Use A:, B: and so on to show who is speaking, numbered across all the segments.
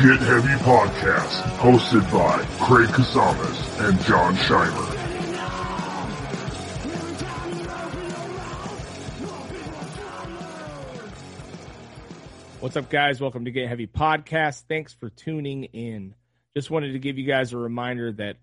A: Get Heavy Podcast, hosted by Craig Casamas and John Scheimer.
B: What's up, guys? Welcome to Get Heavy Podcast. Thanks for tuning in. Just wanted to give you guys a reminder that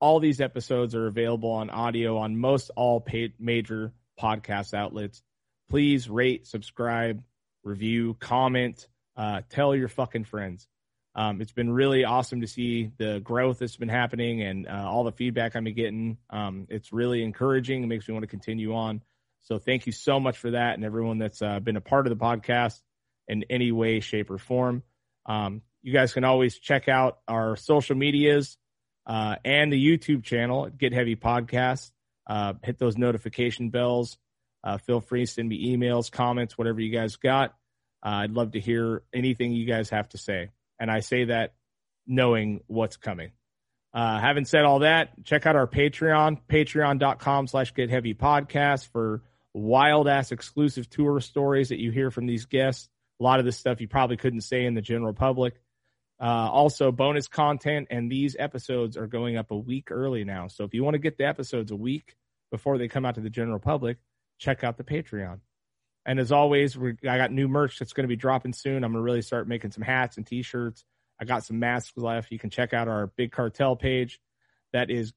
B: all these episodes are available on audio on most all paid major podcast outlets. Please rate, subscribe, review, comment, uh, tell your fucking friends. Um, it's been really awesome to see the growth that's been happening and uh, all the feedback I've been getting. Um, it's really encouraging. It makes me want to continue on. So thank you so much for that and everyone that's uh, been a part of the podcast in any way, shape, or form. Um, you guys can always check out our social medias uh, and the YouTube channel at Get Heavy Podcast. Uh, hit those notification bells. Uh, feel free to send me emails, comments, whatever you guys got. Uh, I'd love to hear anything you guys have to say. And I say that knowing what's coming. Uh, having said all that, check out our Patreon, patreon.com slash get heavy podcast for wild ass exclusive tour stories that you hear from these guests. A lot of this stuff you probably couldn't say in the general public. Uh, also, bonus content, and these episodes are going up a week early now. So if you want to get the episodes a week before they come out to the general public, check out the Patreon. And as always, we, I got new merch that's going to be dropping soon. I'm going to really start making some hats and t-shirts. I got some masks left. You can check out our Big Cartel page. That is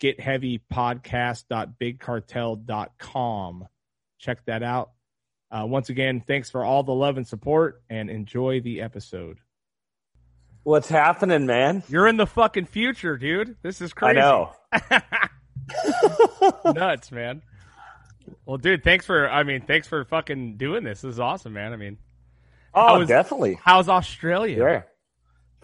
B: getheavypodcast.bigcartel.com. Check that out. Uh, once again, thanks for all the love and support and enjoy the episode.
C: What's happening, man?
B: You're in the fucking future, dude. This is
C: I
B: crazy.
C: know.
B: Nuts, man. Well, dude, thanks for, I mean, thanks for fucking doing this. This is awesome, man. I mean, I
C: Oh,
B: was-
C: definitely.
B: how's Australia?
C: Yeah.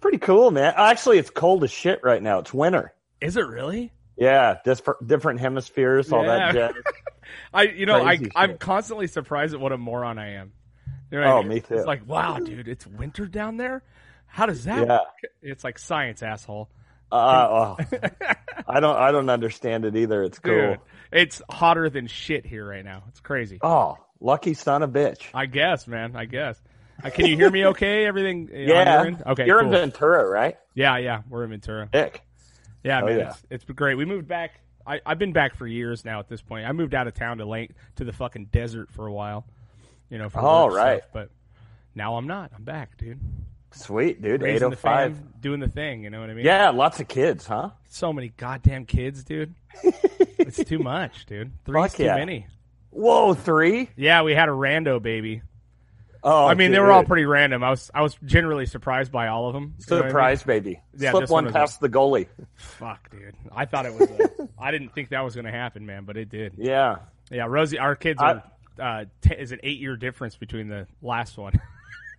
C: Pretty cool, man. Actually, it's cold as shit right now. It's winter.
B: Is it really?
C: Yeah, different different hemispheres, all that
B: Yeah.
C: jazz.
B: I, you know, I,
C: Crazy
B: I'm
C: shit.
B: constantly surprised at what a moron I am. You know what I
C: Oh,
B: mean?
C: me too.
B: It's like, wow, dude, it's winter down there. How does that?
C: Yeah.
B: Work? It's like science, asshole.
C: Uh, oh, I don't I don't understand it either. It's cool.
B: Dude, it's hotter than shit here right now. It's crazy.
C: Oh, lucky son of a bitch.
B: I guess, man. I guess. Uh, can you hear me? Okay, everything. uh, on
C: Yeah.
B: your end? Okay.
C: You're
B: cool.
C: in Ventura, right?
B: Yeah, yeah. We're in Ventura.
C: Dick.
B: Yeah,
C: Oh,
B: man.
C: yeah.
B: It's, it's been great. We moved back. I, I've been back for years now. At this point, I moved out of town to Lake to the fucking desert for a while. You know, for
C: All
B: work stuff,
C: right.
B: but now I'm not. I'm back, dude.
C: Sweet, dude.
B: Raising the
C: 805.
B: fam, doing the thing. You know what I mean?
C: Yeah, lots of kids, huh?
B: So many goddamn kids, dude. it's too much, dude. Three's
C: Fuck
B: too
C: yeah.
B: many.
C: Whoa, three?
B: Yeah, we had a rando baby.
C: Oh,
B: I mean, they were all
C: dude.
B: pretty random. I was I was generally surprised by all of them. You know what I mean?
C: Surprise, baby.
B: Yeah,
C: Slip
B: this
C: one
B: one was-
C: past the goalie.
B: Fuck, dude. I thought it was. A, I didn't think that was going to happen, man, but it did.
C: Yeah.
B: Yeah, Rosie, our kids
C: I-
B: are. uh, t- is an eight year difference between the last one.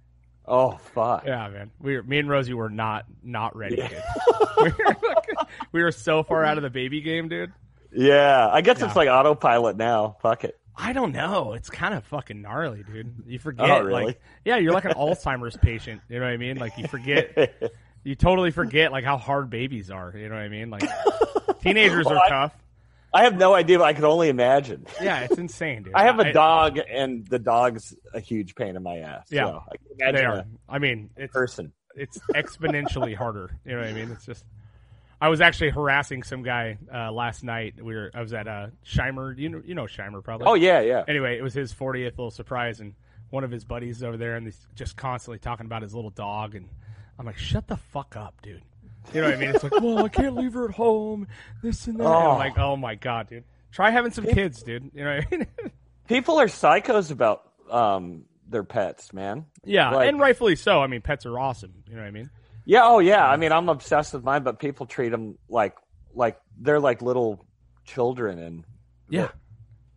C: Oh, fuck.
B: yeah, man. We were, me and Rosie were not not ready. Dude. we, were, we were so far out of the baby game, dude.
C: Yeah, I guess
B: Yeah.
C: it's like autopilot now. Fuck it.
B: I don't know. It's kind of fucking gnarly, dude. You forget,
C: Oh, really?
B: like, yeah, you're like an Alzheimer's patient. You know what I mean? Like, you forget, you totally forget, like how hard babies are. You know what I mean? Like, teenagers are
C: Well, I-
B: tough.
C: I have no idea, but I can only imagine.
B: Yeah, it's insane, dude.
C: I have a
B: I-
C: dog, and the dog's a huge pain in my ass.
B: Yeah.
C: so I can
B: They
C: imagine
B: are.
C: a
B: I mean, it's
C: person.
B: it's exponentially harder. You know what I mean? It's just. I was actually harassing some guy uh, last night. We were I was at uh, Shimer. You know, you know Shimer probably.
C: Oh yeah, yeah.
B: anyway, it was his 40th little surprise, and one of his buddies over there, and he's just constantly talking about his little dog, and I'm like, shut the fuck up, dude. You know what I mean? It's like, well, I can't leave her at home, this and that. And I'm
C: Oh.
B: like, oh my god, dude. Try having some kids, dude. You know what I mean?
C: People are psychos about um their pets, man.
B: yeah,
C: Like-
B: and rightfully so. I mean, pets are awesome. You know what I mean?
C: Yeah, oh yeah. I mean, I'm obsessed with mine, but people treat them like like they're like little children, and
B: Yeah.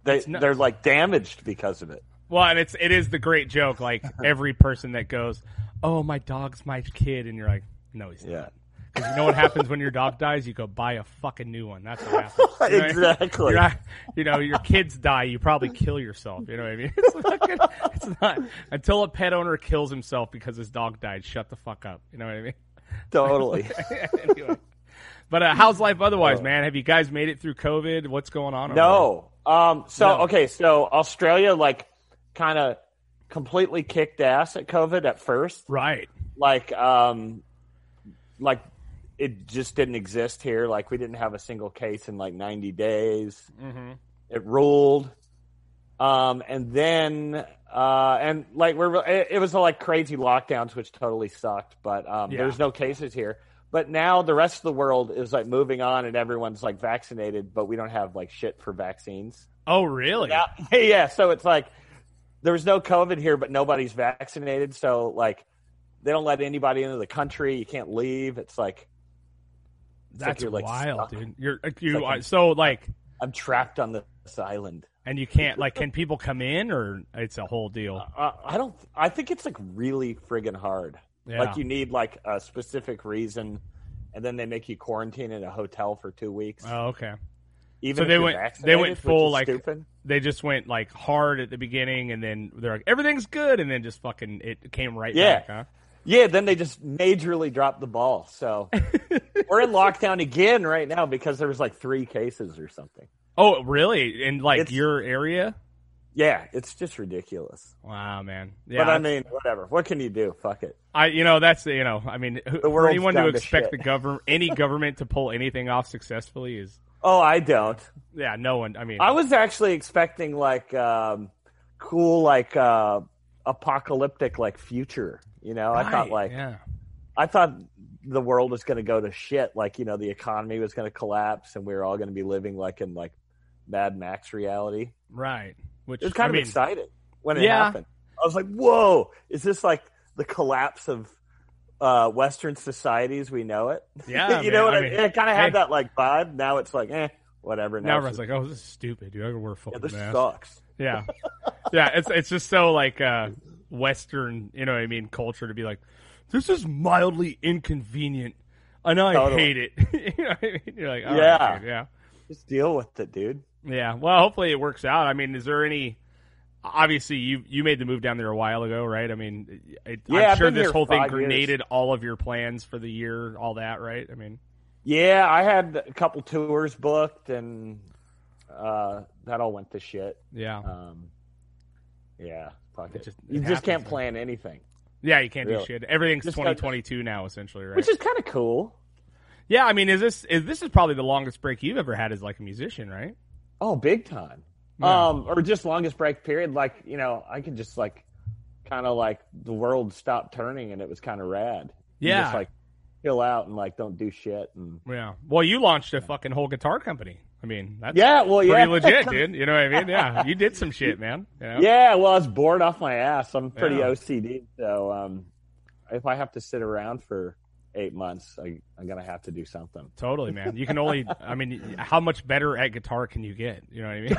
C: they
B: It's nuts.
C: they're like damaged because of it.
B: Well, and it's it is the great joke. Like every person that goes, oh, my dog's my kid, and you're like, no, he's
C: Yeah,
B: not. Because you know what happens when your dog dies? You go buy a fucking new one. That's what happens. You know what I mean?
C: exactly.
B: You're not- you know, your kids die, you probably kill yourself. You know what I mean? It's, fucking, it's not until a pet owner kills himself because his dog died. Shut the fuck up. You know what I mean?
C: Totally.
B: anyway, But uh, how's life otherwise, man? Have you guys made it through COVID? What's going on? over
C: Oh. No. Um, so
B: Oh, No.
C: okay, so Australia like kind of completely kicked ass at COVID at first.
B: there? Right.
C: Like um, like it just didn't exist here. Like we didn't have a single case in like ninety days.
B: Mm-hmm.
C: It ruled. Um, and then uh, and like we're it, it was like crazy lockdowns, which totally sucked. But um,
B: Yeah.
C: there's no cases here. But now the rest of the world is like moving on, and everyone's like vaccinated, but we don't have like shit for vaccines.
B: Oh, really?
C: Yeah, yeah. So it's like there was no COVID here, but nobody's vaccinated. So like they don't let anybody into the country. You can't leave. It's like it's like
B: That's
C: you're, like,
B: wild,
C: stuck.
B: dude. You're you
C: like
B: are
C: a-
B: so like,
C: I'm trapped on this island.
B: and you can't like, can people come in or it's a whole deal?
C: Uh, I don't. I think it's like really friggin' hard.
B: Yeah.
C: Like you need like a specific reason, and then they make you quarantine in a hotel for two weeks.
B: oh, okay.
C: even
B: so
C: if
B: they
C: you're
B: went- they
C: vaccinated,
B: went
C: which
B: full,
C: is
B: like-
C: stupid.
B: They just went like hard at the beginning, and then they're like, everything's good, and then just fucking it came right
C: Yeah.
B: back. Huh?
C: Yeah, then they just majorly dropped the ball. So we're in lockdown again right now because there was like three cases or something.
B: Oh, really? In like
C: It's-
B: your area?
C: Yeah, it's just ridiculous.
B: Wow, man. Yeah,
C: but I mean, whatever. What can you do? Fuck it.
B: I you know that's you know I mean who, for
C: world's
B: anyone to
C: dumb as
B: expect
C: shit.
B: the government any government to pull anything off successfully is
C: Oh, I don't.
B: yeah no one I mean
C: I was actually expecting like um, cool, like uh, apocalyptic, like future. You know, I thought
B: Right,
C: like
B: yeah
C: I thought the world was going to go to shit. Like you know, the economy was going to collapse, and we were all going to be living like in like Mad Max reality.
B: right which
C: It was kind
B: I
C: of
B: mean,
C: exciting when it
B: Yeah.
C: happened. I was like, "Whoa! Is this like the collapse of uh, Western societies we know it?"
B: yeah
C: you
B: Ah, man,
C: know what
B: I
C: I
B: mean,
C: mean? It kind of
B: hey.
C: had that like vibe. Now it's like, eh, whatever.
B: now
C: Now,
B: everyone's
C: it's
B: like oh this is stupid dude I gotta wear a
C: just,
B: fucking
C: yeah, this
B: mask
C: sucks.
B: yeah yeah it's it's just so like uh Western you know what I mean culture to be like this is mildly inconvenient and I
C: Totally.
B: hate it you know what I mean? you're like all right,
C: Yeah.
B: dude, yeah
C: Just deal with it, dude.
B: Yeah. Well, hopefully it works out. I mean, is there any? Obviously, you you made the move down there a while ago, right? I mean, it, I'm
C: Yeah, I've
B: sure
C: been
B: this
C: here
B: whole thing
C: five years.
B: grenaded all of your plans for the year, all that, right? I mean,
C: Yeah, I had a couple tours booked, and uh, that all went to shit.
B: yeah,
C: Um, yeah, fuck
B: It
C: it.
B: just- it
C: you
B: happens,
C: just can't
B: man.
C: plan anything,
B: yeah. You can't
C: Really?
B: do shit. Everything's
C: Just got-
B: 2022 now, essentially, right?
C: which is kind of cool.
B: yeah. I mean, is this is this is probably the longest break you've ever had as like a musician, right?
C: Oh, big time.
B: Yeah.
C: Um, or just longest break period. Like you know, I could just like kind of like the world stopped turning, and it was kind of rad. You
B: Yeah.
C: just like chill out and like don't do shit. And
B: yeah. Well, you launched a fucking whole guitar company. I mean, that's
C: yeah, well,
B: pretty
C: yeah,
B: legit, dude. You know what I mean? Yeah, you did some shit, man. You know?
C: yeah. Well, I was bored off my ass. I'm pretty
B: Yeah.
C: OCD, so um, if I have to sit around for eight months, I, I'm gonna have to do something.
B: Totally, man. You can only, I mean, how much better at guitar can you get? You know what I mean?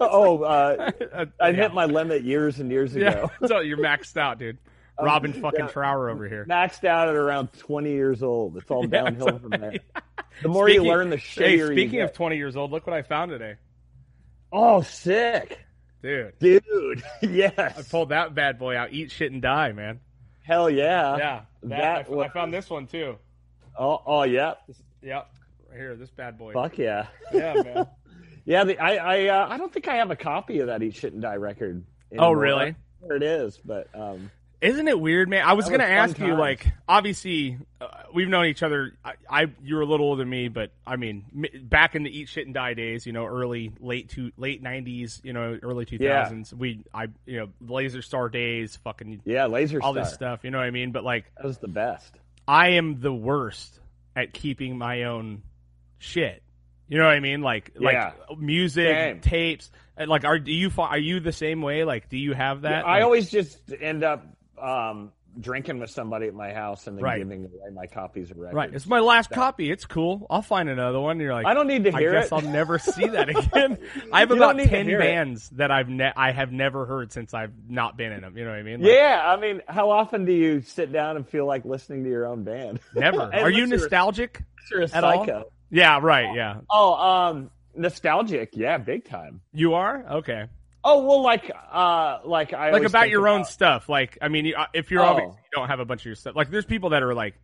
C: oh, uh,
B: Uh,
C: I
B: yeah.
C: hit my limit years and years
B: Yeah,
C: ago.
B: so you're maxed out, dude.
C: Um,
B: Robin fucking
C: yeah.
B: Trower over here.
C: Maxed out at around 20 years old. It's all
B: Yeah,
C: downhill
B: it's
C: from there. The more
B: Speaking-
C: you learn, the shittier
B: Hey,
C: you
B: speaking of
C: get.
B: 20 years old, look what I found today,
C: oh, sick,
B: dude.
C: dude. yes,
B: I pulled that bad boy out. Eat shit and die, man.
C: hell
B: yeah,
C: yeah.
B: that,
C: Uh, that
B: I f- I,
C: was-
B: found this one too.
C: Oh, oh yeah.
B: Yep, right here, this bad boy.
C: Fuck yeah.
B: Yeah, man.
C: Yeah, the, I I uh, I don't think I have a copy of that Eat Shit and Die record.
B: oh,
C: anymore.
B: really?
C: There it is, but um,
B: Isn't it weird, man? I was
C: That
B: gonna
C: was fun
B: ask you,
C: times.
B: like, obviously, uh, we've known each other. I, I you were a little older than me, but I mean, m- back in the eat shit and die days, you know, early late to late nineties, you know, early two thousands. We, I, you know, laser star days, fucking
C: yeah, Laser
B: all
C: Star.
B: this stuff. You know what I mean? But like,
C: That was the best.
B: I am the worst at keeping my own shit. You know what I mean? Like,
C: Yeah.
B: like music,
C: Same.
B: tapes. and, Like, are do you fi- are you the same way? Like, do you have that?
C: I
B: Like-
C: always just end up um, drinking with somebody at my house and then
B: Right.
C: giving away my copies of records.
B: Right. It's my last copy. It's cool. I'll find another one. You're like,
C: I don't need to
B: I
C: hear
B: guess
C: it.
B: I'll never see that again. I have
C: You
B: about
C: don't need to
B: ten
C: hear it.
B: bands that I've ne- I have never heard since I've not been in them. You know what I mean? Like,
C: yeah, I mean, how often do you sit down and feel like listening to your own band?
B: Never. Are you
C: Unless
B: nostalgic?
C: you're a
B: at all?
C: psycho.
B: Yeah. Right. Yeah.
C: Oh, um, nostalgic, yeah, big time.
B: You are. Okay.
C: Oh well, like, uh, like I
B: Like
C: always
B: about
C: think
B: your own stuff. Like I mean, you- uh, if you're
C: Oh.
B: obviously you don't have a bunch of your stuff. Like there's people that are like,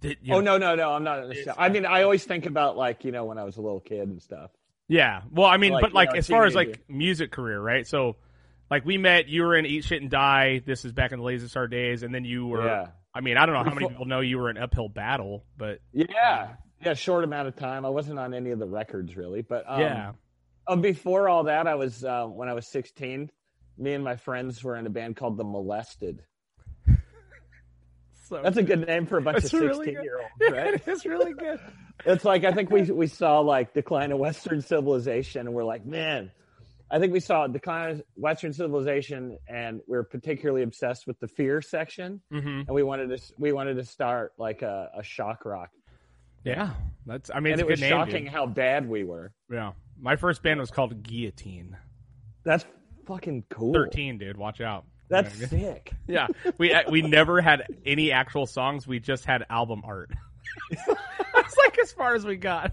B: Did, you
C: Oh
B: know-
C: no, no, no! I'm not. in the show. I mean, I always think about like you know when I was a little kid and stuff.
B: Yeah. Well, I mean,
C: Like,
B: but
C: you
B: like
C: know,
B: as far as
C: teenager.
B: like music career, right? So, like we met, you were in Eat Shit and Die. This is back in the Lazy Star days, and then you were.
C: Yeah,
B: I mean, I don't know how many
C: Before-
B: people know you were in Uphill Battle, but
C: yeah, yeah. Short amount of time. I wasn't on any of the records really, but um,
B: yeah,
C: Um, before all that, I was uh, when I was 16. Me and my friends were in a band called the Molested.
B: so
C: That's a good name for a bunch
B: That's
C: of
B: really
C: 16
B: good.
C: year olds, right?
B: it's really good.
C: it's like I think we we saw like decline of Western civilization, and we're like, man, I think we saw decline of Western civilization, and we are particularly obsessed with the Fear section,
B: hmm
C: and we wanted to s- we wanted to start like a, a shock rock,
B: Yeah, that's. I mean,
C: and
B: it's a
C: it
B: good
C: was
B: name,
C: shocking
B: dude.
C: how bad we were.
B: Yeah, my first band was called Guillotine.
C: That's fucking cool.
B: Thirteen, dude. Watch out.
C: That's
B: yeah,
C: sick.
B: yeah. We uh, we never had any actual songs. We just had album art. That's like as far as we got.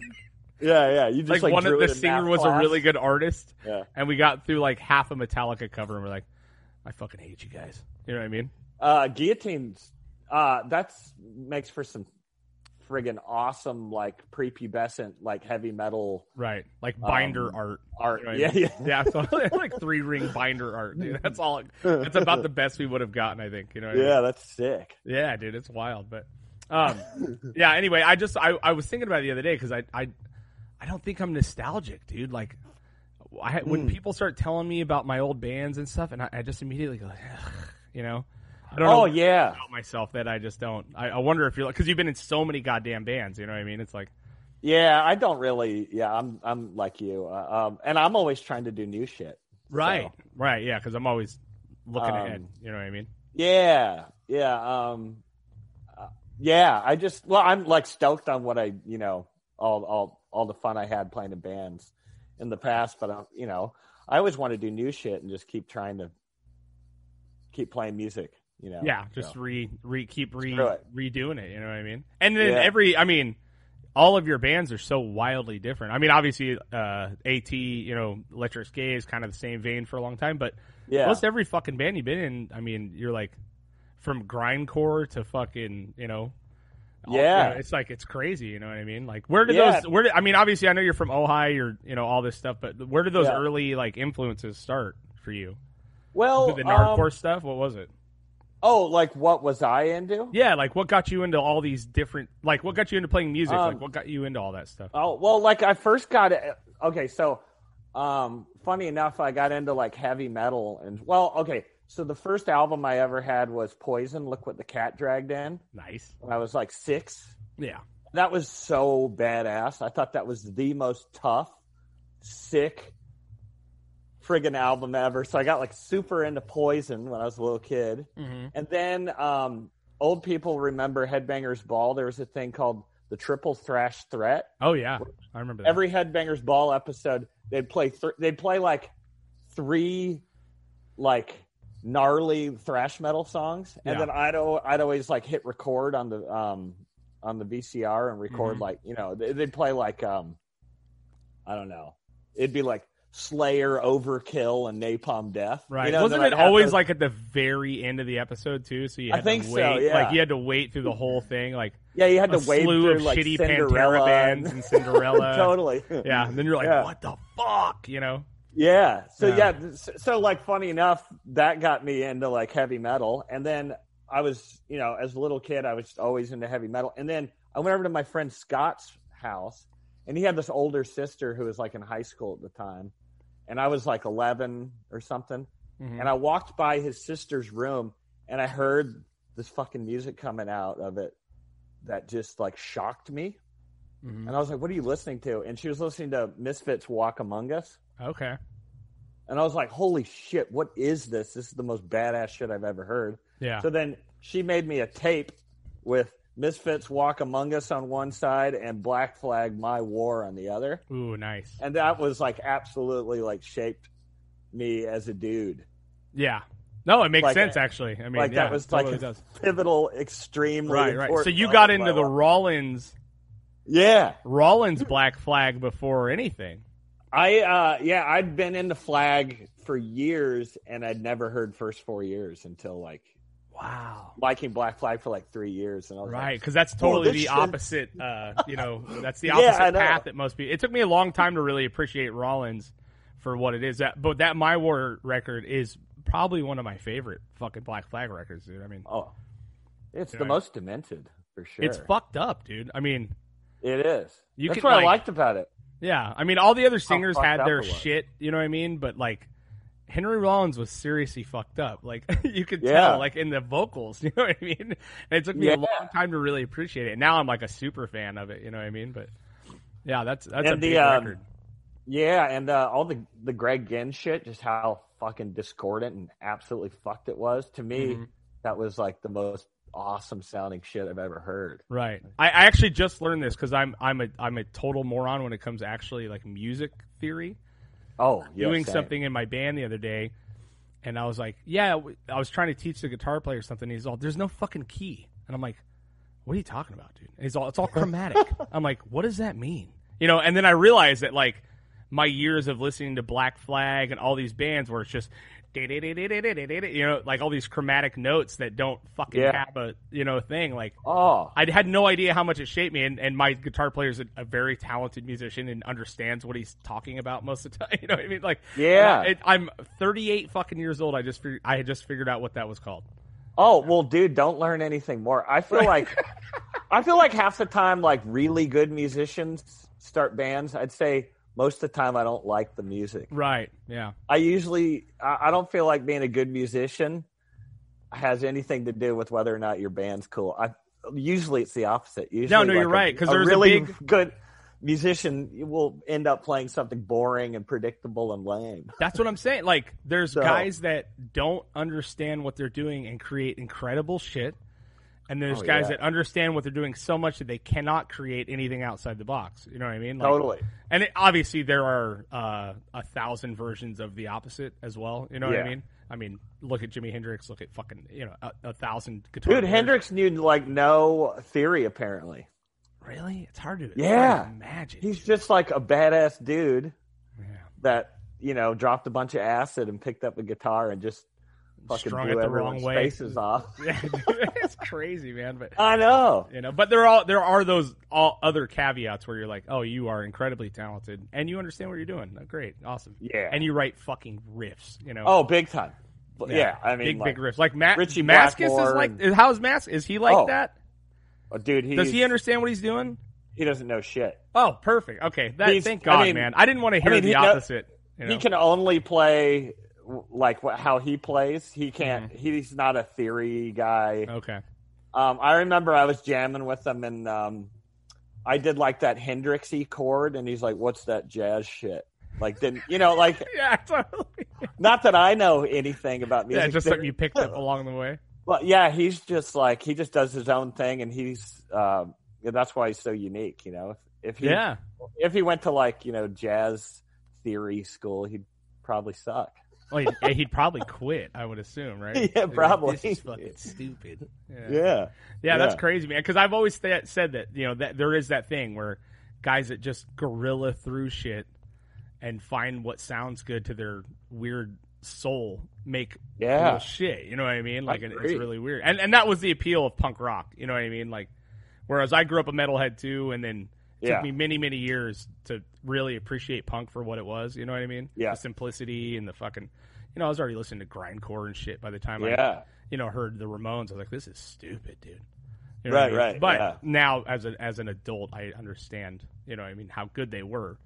C: Yeah, yeah. You just
B: like,
C: like,
B: one
C: drew
B: of
C: it
B: the
C: in
B: singer
C: math
B: was a
C: class.
B: really good artist,
C: Yeah.
B: and we got through like half a Metallica cover, and we're like, I fucking hate you guys. You know what I mean?
C: Uh, guillotines. Uh, that's makes for some friggin' awesome, like prepubescent, like heavy metal
B: Right? Like binder
C: Um,
B: art.
C: art.
B: You know what I
C: Yeah,
B: mean? yeah.
C: yeah.
B: So like three ring binder art, dude. That's all. It, that's about the best we would have gotten, I think. You know? what I mean?
C: Yeah, that's sick.
B: Yeah, dude, it's wild, but um, yeah. Anyway, I just I, I was thinking about it the other day because I I I don't think I'm nostalgic, dude. Like, I,
C: Hmm.
B: when people start telling me about my old bands and stuff, and I, I just immediately go, you know, I don't
C: Oh
B: know
C: yeah,
B: about myself that I just don't. I, I wonder if you're like because you've been in so many goddamn bands, you know what I mean? It's like,
C: yeah. I don't really. Yeah, I'm. I'm like you. Uh, um, and I'm always trying to do new shit.
B: right, right, yeah, because I'm always looking
C: Um,
B: ahead. You know what I mean?
C: Yeah, yeah. Um, uh, yeah. I just. Well, I'm like stoked on what I. You know, all all all the fun I had playing in bands in the past, but I'm. You know, I always want to do new shit and just keep trying to keep playing music. You know.
B: yeah just
C: So,
B: re re keep re
C: Screw it.
B: redoing it you know what i mean and then
C: Yeah.
B: every i mean all of your bands are so wildly different i mean obviously uh at you know electric skate is kind of the same vein for a long time but
C: yeah.
B: most every fucking band you've been in i mean you're like from grindcore to fucking you know all- you
C: Yeah.
B: know, it's like it's crazy you know what i mean like where did
C: Yeah.
B: those where did, i mean obviously i know you're from ohio you're you know all this stuff but where did those
C: Yeah.
B: early like influences start for you
C: well,
B: Did the
C: um,
B: hardcore stuff what was it
C: oh, like what was I into?
B: Yeah, like what got you into all these different like what got you into playing music?
C: Um,
B: like what got you into all that stuff?
C: Oh well, like I first got it. Okay, so um, funny enough, I got into like heavy metal and well, okay. So the first album I ever had was Poison. Look what the cat dragged in.
B: Nice.
C: When I was like six,
B: Yeah.
C: that was so badass. I thought that was the most tough, sick, friggin' album ever. So I got like super into Poison when I was a little kid.
B: Mm-hmm.
C: And then um, old people remember Headbangers Ball. There was a thing called the Triple Thrash Threat
B: Oh yeah. I remember that.
C: every headbangers ball episode they'd play th- they'd play like three like gnarly thrash metal songs and
B: Yeah.
C: then i'd al- i'd always like hit record on the um on the vcr and record
B: Mhm.
C: like you know they- they'd play like um i don't know it'd be like slayer overkill and napalm death
B: right.
C: you know,
B: Wasn't
C: then
B: it
C: I'd have
B: always
C: those-
B: like at the very end of the episode too? So you
C: I
B: had
C: think
B: to
C: so,
B: wait
C: yeah.
B: like you had to wait through the whole thing, like
C: yeah you had
B: a
C: to wade
B: slew
C: through
B: of
C: like
B: shitty
C: cinderella
B: Pantera bands
C: and-
B: and Cinderella.
C: totally
B: Yeah. And then you're like,
C: Yeah.
B: What the fuck? You know?
C: Yeah. So
B: Yeah.
C: yeah. th- so, so like funny enough, that got me into like heavy metal, and then I was, you know, as a little kid, I was always into heavy metal, and then I went over to my friend Scott's house, and he had this older sister who was like in high school at the time, and I was like eleven or something,
B: Mhm.
C: and I walked by his sister's room, and I heard this fucking music coming out of it that just like shocked me,
B: Mhm.
C: and I was like, "What are you listening to?" And she was listening to Misfits Walk Among Us.
B: Okay.
C: And I was like, holy shit, what is this? This is the most badass shit I've ever heard.
B: Yeah.
C: So then she made me a tape with Misfits Walk Among Us on one side and Black Flag My War on the other.
B: Ooh, nice.
C: And that was like absolutely like shaped me as a dude.
B: Yeah. No, it makes
C: Like,
B: sense actually. I mean,
C: like
B: yeah,
C: that was
B: it
C: like
B: totally
C: a
B: does.
C: pivotal, extremely
B: right, right. So
C: important
B: you
C: moment
B: got
C: in my
B: into the
C: life.
B: Rollins
C: yeah. Mm-hmm.
B: Rollins Black Flag before anything.
C: I uh yeah, I'd been into Flag for years and I'd never heard first four years until like
B: Wow.
C: liking Black Flag for like three years, and I was
B: Right,
C: like,
B: because that's totally
C: this
B: the
C: shit-
B: opposite. Uh, you know, that's the
C: Yeah,
B: opposite
C: I know.
B: path that most people. It took me a long time to really appreciate Rollins for what it is. That, but that My War record is probably one of my favorite fucking Black Flag records, dude. I mean,
C: "Oh, it's the
B: Right.
C: most demented for sure."
B: it's fucked up, dude. I mean,
C: It is.
B: You
C: That's
B: could,
C: what
B: like-
C: I liked about it.
B: yeah. I mean, all the other singers
C: fucked
B: had
C: up
B: their
C: it was.
B: shit. You know what I mean? But like. Henry Rollins was seriously fucked up. Like you could
C: Yeah.
B: tell, like in the vocals, you know what I mean. And it took me a
C: Yeah.
B: long time to really appreciate it. And now I'm like a super fan of it. You know what I mean? But yeah, that's that's a
C: And the,
B: big
C: um,
B: record.
C: Yeah, and uh, all the the Greg Ginn shit, just how fucking discordant and absolutely fucked it was. To me,
B: Mhm.
C: that was like the most awesome sounding shit I've ever heard.
B: Right. I, I actually just learned this because I'm I'm a I'm a total moron when it comes to actually like music theory.
C: Oh, yeah,
B: Doing
C: same.
B: something in my band the other day, and I was like, yeah, w- I was trying to teach the guitar player something. And he's all, there's no fucking key, and I'm like, what are you talking about, dude? And he's all, it's all chromatic. I'm like, what does that mean? You know. And then I realized that like my years of listening to Black Flag and all these bands where it's just. You know, like all these chromatic notes that don't fucking
C: Yeah.
B: have a you know thing. Like
C: Oh,
B: I had no idea how much it shaped me, and, and my guitar player is a, a very talented musician and understands what he's talking about most of the time. You know what I mean? Like,
C: Yeah.
B: it, I'm 38 fucking years old. I just figured, I had just figured out what that was called.
C: oh, well, dude, don't learn anything more. I feel like, I feel like half the time, like really good musicians start bands. I'd say most of the time, I don't like the music.
B: Right? Yeah.
C: I usually, I, I don't feel like being a good musician has anything to do with whether or not your band's cool. I usually it's the opposite. Usually,
B: No, no,
C: like,
B: you're
C: a-
B: right, 'cause
C: a
B: there's a
C: really
B: big-
C: good musician will end up playing something boring and predictable and lame.
B: That's what I'm saying. Like, there's
C: So-
B: guys that don't understand what they're doing and create incredible shit, and there's
C: Oh,
B: guys
C: yeah.
B: that understand what they're doing so much that they cannot create anything outside the box. You know what I mean? Like,
C: Totally.
B: and it, obviously there are uh, a thousand versions of the opposite as well. You know what I
C: Yeah.
B: mean? I mean, look at Jimi Hendrix. Look at fucking you know a, a thousand guitar.
C: Dude,
B: players.
C: Hendrix knew like no theory apparently.
B: Really? It's hard to it's
C: Yeah.
B: hard to imagine.
C: He's just like a badass dude
B: yeah.
C: that you know dropped a bunch of acid and picked up a guitar and just fucking
B: Strung it
C: blew
B: the
C: everyone's
B: wrong way.
C: faces off.
B: Yeah, dude, it's crazy, man. But
C: I know.
B: you know, but there are there are those all other caveats where you're like, oh, you are incredibly talented and you understand what you're doing. Oh, great, awesome.
C: Yeah.
B: And you write fucking riffs. You know.
C: Oh, big time. But,
B: Yeah.
C: Yeah, I mean,
B: big
C: like,
B: big riffs. Like Matt
C: Richie
B: Maskus is
C: Blackmore
B: like
C: and-
B: how's Mask? Is he like
C: Oh,
B: that?
C: oh, dude. He
B: Does he understand what he's doing?
C: He doesn't know shit.
B: Oh, perfect. Okay, that,
C: He's-
B: thank
C: I
B: God,
C: mean-
B: man. I didn't want to hear
C: mean,
B: the
C: he kno-
B: opposite. you know.
C: He can only play w- like what, how he plays. He can't.
B: Mm-hmm.
C: He's not a theory guy.
B: Okay. Oh.
C: Um, I remember I was jamming with him, and um, I did like that Hendrixy chord, and he's like, "What's that jazz shit?" Like, then you know, like
B: Yeah, totally.
C: not that I know anything about music.
B: Yeah, just
C: there-
B: something you picked up along the way.
C: Well, yeah, he's just like he just does his own thing, and he's um, yeah, that's why he's so unique. You know, if, if he
B: Yeah.
C: if he went to like you know jazz theory school, he'd probably suck.
B: Well, he'd, he'd probably quit. I would assume, right?
C: Yeah,
B: He'd be like,
C: probably.
B: This is fucking stupid. Yeah.
C: Yeah,
B: Yeah, that's
C: Yeah.
B: crazy, man. Because I've always th- said that you know that there is that thing where guys that just gorilla through shit and find what sounds good to their weird soul make
C: yeah,
B: real shit. You know what I mean? Like it, it's
C: Agreed.
B: really weird. And and that was the appeal of punk rock. You know what I mean? Like whereas I grew up a metalhead too, and then it
C: yeah.
B: took me many many years to really appreciate punk for what it was. You know what I mean?
C: Yeah.
B: The simplicity and the fucking. You know, I was already listening to grindcore and shit by the time I
C: yeah.
B: you know heard the Ramones. I was like, this is stupid, dude. You what I
C: Right,
B: mean?
C: right,
B: But
C: yeah.
B: now, as a, as an adult, I understand. You know, what I mean, how good they were.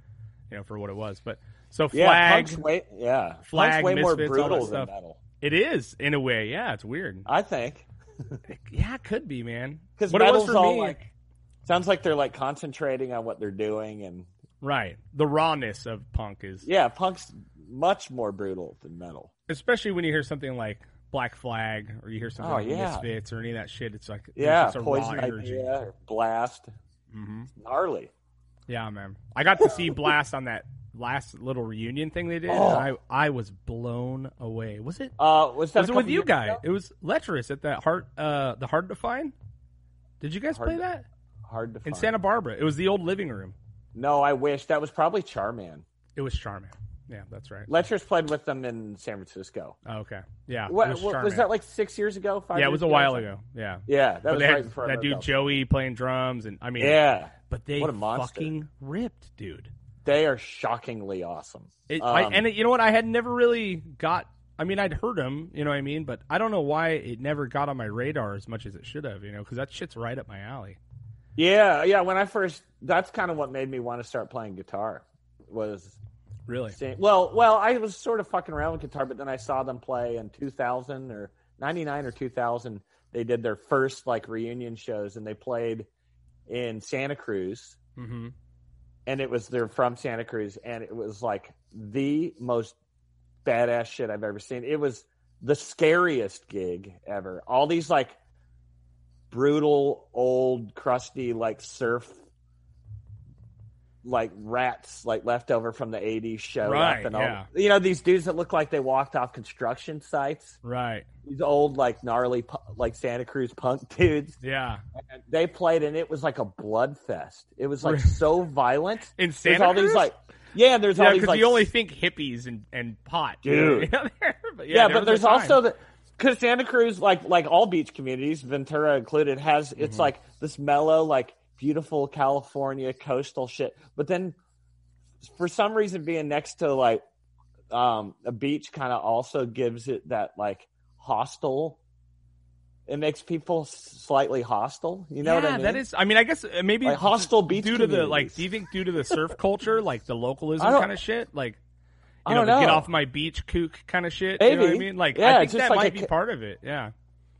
B: You know, for what it was. But so
C: Yeah,
B: flag,
C: punk's way, yeah, Punk's
B: Flag,
C: way more
B: Misfits, all that
C: brutal
B: stuff.
C: than metal.
B: it is in a way. Yeah, it's weird.
C: I think
B: Yeah, it could be, man.
C: because
B: What it was
C: metal's
B: for
C: all
B: me-
C: like sounds like they're like concentrating on what they're doing, and
B: Right. The rawness of punk is
C: yeah, punk's much more brutal than metal.
B: especially when you hear something like Black Flag or you hear something
C: Oh,
B: like
C: yeah.
B: Misfits or any of that shit. It's like there's
C: Yeah,
B: just a raw
C: poison
B: energy.
C: idea, or blast,
B: Mm-hmm.
C: gnarly.
B: Yeah, man. I got to see Blast on that last little reunion thing they did. and
C: Oh.
B: I I was blown away. Was it
C: Uh, was that
B: was
C: a
B: it with
C: couple
B: you
C: years
B: guy?
C: ago?
B: It was lecherous at that heart uh the hard to find. Did you guys
C: Hard
B: play
C: to
B: that
C: Hard to
B: in
C: find.
B: Santa Barbara? It was the old living room.
C: No, I wish that was probably Charman.
B: It was charming. Yeah, that's right.
C: Letcher's played with them in San Francisco.
B: Oh, okay. Yeah.
C: What,
B: Bruce
C: what- was
B: Charman.
C: that like six years ago? Five
B: yeah, it
C: years
B: was a while
C: or
B: ago. Yeah.
C: something? Yeah, that
B: But
C: was
B: they had
C: right before I
B: that
C: moved
B: dude
C: up.
B: Joey playing drums, and I mean,
C: Yeah,
B: But they
C: What a monster.
B: fucking ripped, dude.
C: they are shockingly awesome.
B: It, I,
C: Um,
B: and it, you know what? I had never really got. I mean, I'd heard them, you know what I mean, but I don't know why it never got on my radar as much as it should have, you know, because that shit's right up my alley.
C: Yeah, yeah. When I first, that's kind of what made me want to start playing guitar. Was
B: Really?
C: seeing, well, well, I was sort of fucking around with guitar, but then I saw them play in 2000 or 99 or 2000. They did their first like reunion shows, and they played in Santa Cruz,
B: Mm-hmm.
C: and it was they're from Santa Cruz, and it was like the most badass shit I've ever seen. It was the scariest gig ever. All these like brutal, old, crusty, like surf, like rats, like leftover from the '80s show
B: Right,
C: up, and
B: yeah.
C: all you know these dudes that look like they walked off construction sites.
B: Right.
C: These old, like gnarly, pu- like Santa Cruz punk dudes.
B: Yeah.
C: And they played, and it was like a blood fest. It was like
B: Right.
C: so violent
B: In
C: there's
B: Santa
C: all
B: Cruz?
C: these like yeah there's
B: yeah,
C: all these
B: because
C: like
B: you only think hippies and, and pot.
C: Dude.
B: Yeah, but, yeah, there
C: yeah,
B: was
C: but
B: a
C: there's
B: time.
C: also the because santa cruz like like all beach communities ventura included has it's
B: Mhm.
C: like this mellow like beautiful california coastal shit but then for some reason being next to like um a beach kind of also gives it that like hostile it makes people s- slightly hostile you know
B: yeah,
C: what i mean
B: that is. I mean, I guess uh, maybe
C: like hostile beach
B: due to the like.
C: communities.
B: Do you think due to the surf culture, like the localism
C: I don't-
B: kind of shit, like
C: I
B: you know,
C: don't
B: the get
C: know.
B: off my beach kook kind of shit? You know what I
C: Maybe.
B: mean, like
C: Yeah,
B: I think
C: it's just
B: that
C: like
B: might
C: a
B: be
C: ca-
B: part of it. Yeah.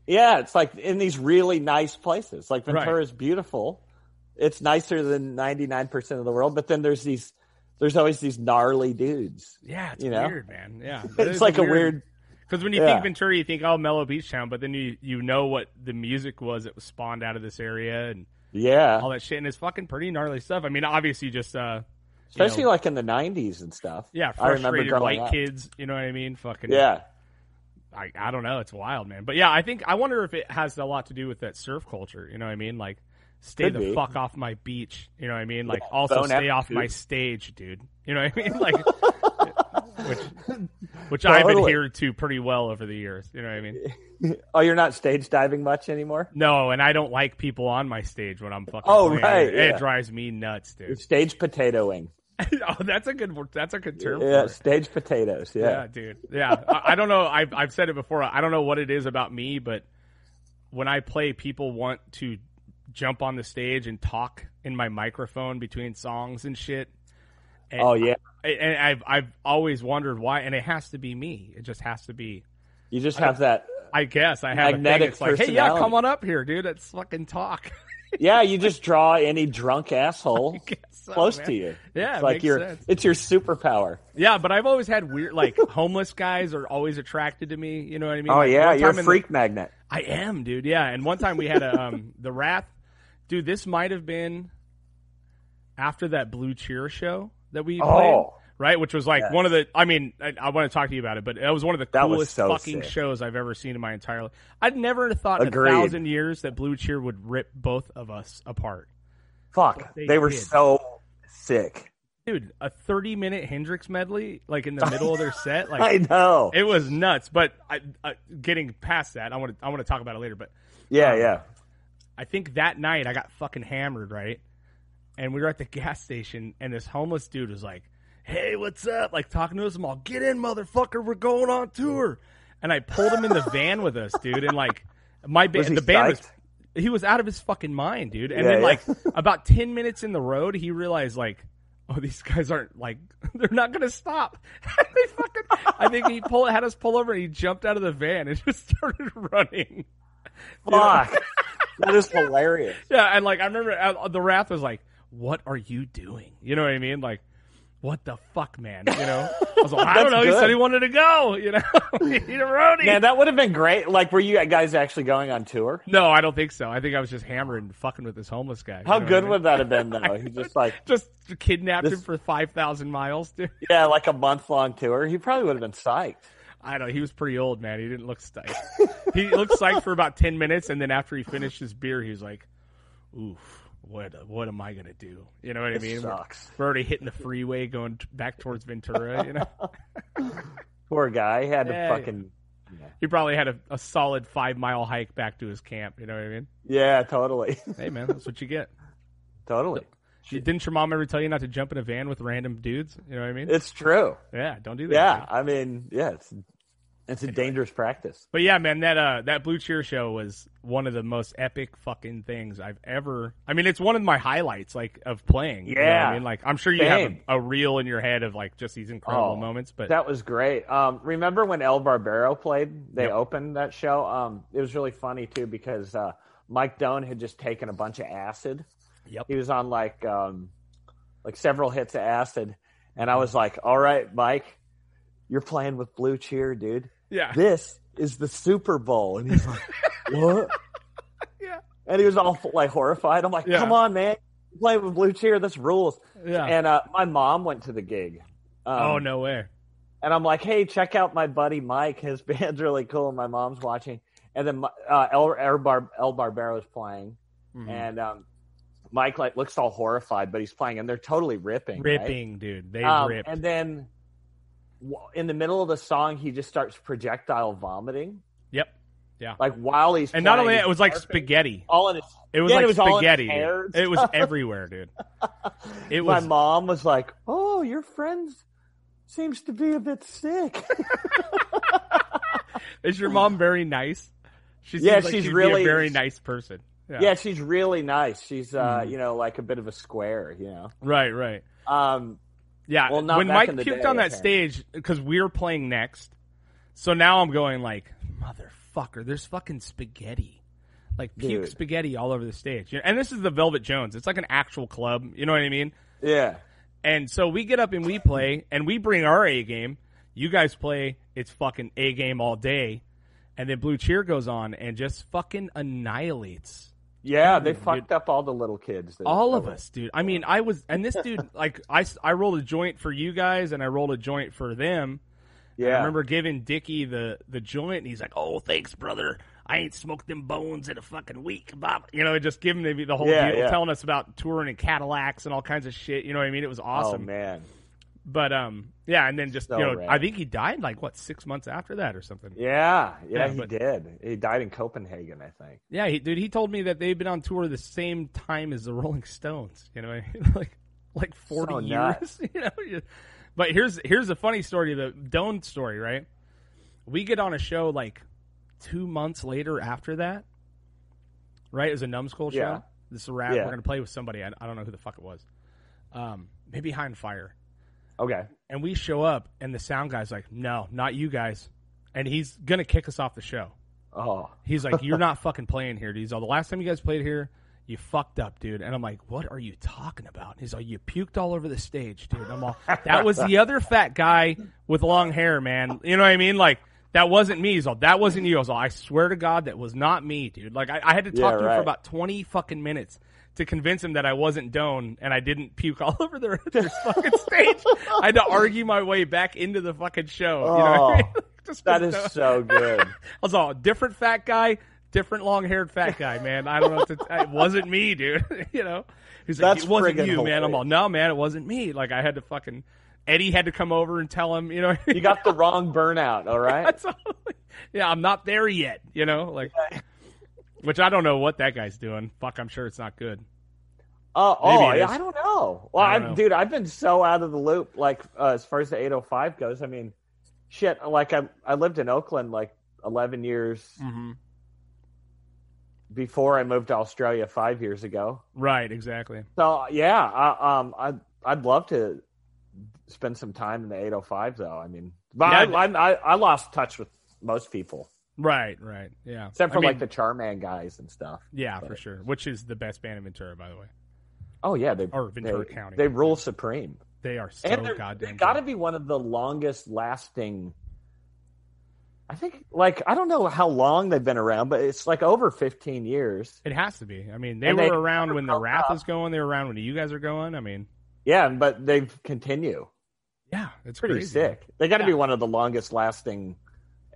C: Yeah, it's like in these really nice places. Like
B: Right.
C: Ventura's beautiful. It's nicer than 99% of the world, but then there's these there's always these gnarly dudes.
B: Yeah, it's
C: You know?
B: weird, man. Yeah,
C: it's like a weird,
B: because when you
C: yeah.
B: think Ventura, you think oh, mellow beach town, but then you you know what the music was that was spawned out of this area and
C: yeah,
B: all that shit, and it's fucking pretty gnarly stuff. I mean, obviously, just uh, you
C: especially
B: know,
C: like in the 90s and stuff.
B: yeah,
C: I remember
B: frustrated
C: growing
B: white
C: up.
B: kids. You know what I mean? Fucking
C: Yeah.
B: I, I don't know. It's wild, man. But yeah, I think I wonder if it has a lot to do with that surf culture. You know what I mean? Like, stay
C: Could
B: the
C: be.
B: fuck off my beach. You know what I mean? Like,
C: Yeah,
B: also
C: bone
B: stay off
C: attitude.
B: my stage, dude. You know what I mean? Like, which which I've
C: Totally.
B: adhered to pretty well over the years. You know what I mean?
C: Oh, you're not stage diving much anymore?
B: No, and I don't like people on my stage when I'm fucking.
C: Oh,
B: playing.
C: right,
B: It,
C: yeah.
B: it drives me nuts, dude.
C: Stage potatoing.
B: oh, that's a good. word- That's a good term.
C: Yeah,
B: for it.
C: stage potatoes. Yeah.
B: Yeah, dude. Yeah, I, I don't know. I've I've said it before. I don't know what it is about me, but when I play, people want to jump on the stage and talk in my microphone between songs and shit. And
C: Oh yeah.
B: I, and I've I've always wondered why, and it has to be me. It just has to be.
C: You just have that
B: I guess I have a thing.
C: Magnetic
B: It's like, hey, yeah,
C: personality.
B: come on up here, dude. Let's fucking talk.
C: Yeah, you just draw any drunk asshole
B: I guess so,
C: close
B: man.
C: to you.
B: Yeah,
C: It's
B: it
C: like
B: makes
C: your
B: sense.
C: it's your superpower.
B: Yeah, but I've always had weird, like homeless guys are always attracted to me. You know what I mean?
C: Oh
B: Like,
C: yeah,
B: one
C: you're
B: time
C: a
B: in the-
C: freak magnet.
B: I am, dude. Yeah. And one time we had a um, the Wrath, dude. This might have been after that Blue Cheer show that we played,
C: Oh,
B: right? Which was like
C: Yes.
B: one of the. I mean, I, I want to talk to you about it, but it was one of the
C: That was
B: coolest
C: so
B: fucking
C: sick.
B: shows I've ever seen in my entire life. I'd never thought
C: Agreed.
B: in a thousand years that Blue Cheer would rip both of us apart,
C: fuck!
B: They
C: They, were
B: did.
C: so sick.
B: dude. A thirty minute Hendrix medley, like in the middle of their set, like
C: I know.
B: it was nuts. But I, I, getting past that, I want to I want to talk about it later, but.
C: yeah, yeah.
B: I think that night I got fucking hammered, right? And we were at the gas station, and this homeless dude was like, "Hey, what's up?" Like talking to us. I'm all, "Get in, motherfucker. We're going on tour." And I pulled him in the van with us, dude. And like, my ba-
C: Was he
B: the band was
C: psyched?
B: he was out of his fucking mind, dude. And
C: Yeah,
B: then
C: yeah.
B: like about ten minutes in the road, he realized like, oh, these guys aren't like they're not gonna stop. they fucking, I think he pull had us pull over, and he jumped out of the van and just started running.
C: Fuck. that is hilarious.
B: Yeah, and like I remember uh, the Wrath was like, "What are you doing?" You know what I mean? Like, what the fuck, man? You know? I was like, I don't
C: That's
B: know. He
C: good.
B: said he wanted to go. You know, he's a roadie.
C: Man, that would have been great. Like, were you guys actually going on tour?
B: no, I don't think so. I think I was just hammering, and fucking with this homeless guy.
C: How
B: you know what
C: good
B: I mean?
C: would that have been, though? He just like,
B: Just kidnapped
C: This-
B: him for five thousand miles, dude.
C: yeah, like a month long tour. He probably would have been psyched.
B: I don't. know. He was pretty old, man. He didn't look psyched. he looked psyched for about ten minutes, and then after he finished his beer, he was like, "Oof, what what am I gonna do? You know what I
C: It
B: mean? We're,
C: sucks.
B: we're already hitting the freeway going t- back towards Ventura. You know,
C: Poor guy. He had to
B: Yeah, yeah.
C: fucking. Yeah.
B: he probably had a, a solid five mile hike back to his camp. You know what I mean?
C: Yeah, totally.
B: Hey man, that's what you get.
C: totally.
B: You- Didn't your mom ever tell you not to jump in a van with random dudes? You know what I mean?
C: It's true.
B: yeah, don't do that.
C: Yeah.
B: dude.
C: I mean, yeah, it's, it's a dangerous practice.
B: But yeah, man, that uh that Blue Cheer show was one of the most epic fucking things I've ever. I mean, it's one of my highlights like of playing. you know what
C: Yeah.
B: I mean, like I'm sure you
C: Same.
B: have a, a reel in your head of like just these incredible
C: Oh,
B: moments. But
C: That was great. Um, remember when El Barbero played? They
B: Yep.
C: opened that show. Um, it was really funny too because uh, Mike Doan had just taken a bunch of acid.
B: yep,
C: He was on like um, like several hits of acid, and
B: Mm.
C: I was like, "All right, Mike, you're playing with Blue Cheer, dude.
B: yeah,
C: This is the Super Bowl." And he's like, "What?"
B: Yeah.
C: And he was all like horrified. I'm like,
B: Yeah.
C: "Come on, man, You're playing with Blue Cheer. This rules."
B: yeah.
C: And uh, my mom went to the gig. Um,
B: oh no way.
C: and I'm like, hey, check out my buddy Mike. His band's really cool, and my mom's watching. And then uh, El, El, Bar- El Barbero's playing,
B: Mhm.
C: and um, Mike like looks all horrified, but he's playing, and they're totally ripping, right?
B: ripping, dude. They
C: Um,
B: ripped.
C: And then w- in the middle of the song, he just starts projectile vomiting,
B: yep.
C: like while he's
B: And not
C: playing,
B: only that,
C: he's
B: it was like
C: barfing,
B: spaghetti.
C: all in his.
B: It was
C: Yeah,
B: like
C: it was all in his
B: spaghetti.
C: hair and
B: dude. It was everywhere, dude. It
C: my
B: was-
C: mom was like, "Oh, your friend seems to be a bit sick."
B: Is your mom very nice? She
C: Yeah,
B: seems like
C: she's
B: she'd be
C: really-
B: a very nice person. Yeah.
C: Yeah, she's really nice. She's uh,
B: Mhm.
C: you know, like a bit of a square, you know.
B: Right, right.
C: Um,
B: Yeah.
C: Well, not
B: when
C: back
B: Mike
C: in the
B: puked
C: day,
B: on that
C: apparently.
B: stage, because we were playing next. So now I'm going like, motherfucker, there's fucking spaghetti. Like puke
C: Dude.
B: spaghetti all over the stage. You know, And this is the Velvet Jones. It's like an actual club. You know what I mean?
C: yeah.
B: And so we get up and we play, and we bring our A game. You guys play, it's fucking A game all day. And then Blue Cheer goes on and just fucking annihilates
C: Yeah, they
B: Dude,
C: fucked up all the little kids. that-
B: all of us, dude. I mean, I was, and this dude, like, I, s- I rolled a joint for you guys and I rolled a joint for them.
C: Yeah.
B: I remember giving Dickie the, the joint, and he's like, oh, thanks, brother. I ain't smoked them bones in a fucking week. Bob. You know, just giving the, the whole
C: Yeah,
B: deal,
C: yeah.
B: telling us about touring in Cadillacs and all kinds of shit. You know what I mean? It was awesome.
C: Oh man.
B: But um, yeah, and then just
C: So
B: you know,
C: rad.
B: I think he died like what six months after that or something. Yeah,
C: Yeah, yeah,
B: Yeah,
C: he
B: but-
C: did. He died in Copenhagen, I think.
B: he, dude, he told me that they've been on tour the same time as the Rolling Stones. You know, what I mean? like like forty
C: So nuts.
B: years. You know, you- but here's here's a funny story, the Doan story, right? We get on a show like two months later after that, right? It was a numbskull show.
C: Yeah.
B: This is a rap.
C: Yeah.
B: We're gonna play with somebody. I, I don't know who the fuck it was. Um, maybe High on Fire.
C: Okay.
B: and we show up and the sound guy's like no not you guys and he's gonna kick us off the show
C: Oh,
B: he's like you're not fucking playing here dude he's all the last time you guys played here you fucked up dude and i'm like what are you talking about and he's like you puked all over the stage dude i'm all that was the other fat guy with long hair man you know what i mean like that wasn't me he's all that wasn't you i was all i swear to god that was not me dude like i, I had to talk to
C: Yeah,
B: him
C: right.
B: for about 20 fucking minutes to convince him that I wasn't Doan and I didn't puke all over their, their fucking stage. I had to argue my way back into the fucking show. you know what I
C: Oh,
B: mean? Just 'cause
C: that is
B: Doan-
C: so good.
B: I was all different fat guy, different long haired fat guy, man. I don't know. What to t- it wasn't me, dude. you know, he's like,
C: That's
B: it wasn't you,
C: friggin'
B: man. I'm all, no, man, it wasn't me. Like I had to fucking Eddie had to come over and tell him, you know.
C: You got the wrong burnout, all right?
B: That's all. yeah, I'm not there yet. You know, like, which I don't know what that guy's doing. Fuck, I'm sure it's not good.
C: Oh,
B: Maybe
C: oh,
B: it
C: yeah,
B: is.
C: I don't know. Well,
B: I
C: I
B: don't know.
C: dude, I've been so out of the loop. Like uh, as far as the 805 goes, I mean, shit. Like I, I lived in Oakland like 11 years
B: Mm-hmm.
C: before I moved to Australia five years ago.
B: Right, exactly.
C: So yeah, I, um, I I'd love to spend some time in the 805 though. I mean, but
B: Yeah,
C: I, I, I I lost touch with most people
B: Right, right. Yeah.
C: except for
B: I mean,
C: like the Charman guys and stuff.
B: Yeah, for sure. Which is the best band in Ventura, by the way.
C: Oh yeah, they
B: Or
C: they,
B: Ventura County.
C: they rule supreme.
B: They are so
C: and they're,
B: goddamn
C: they got to
B: good.
C: be one of the longest lasting. I think, like, I don't know how long they've been around, but it's like over 15 years.
B: It has to be. I mean, they
C: And
B: were
C: they
B: around when the
C: broke
B: Wrath
C: up.
B: was going. They were around when you guys are going. I mean,
C: Yeah, but they continue.
B: yeah, it's
C: Pretty
B: crazy.
C: sick. They got to be
B: Yeah.
C: one of the longest lasting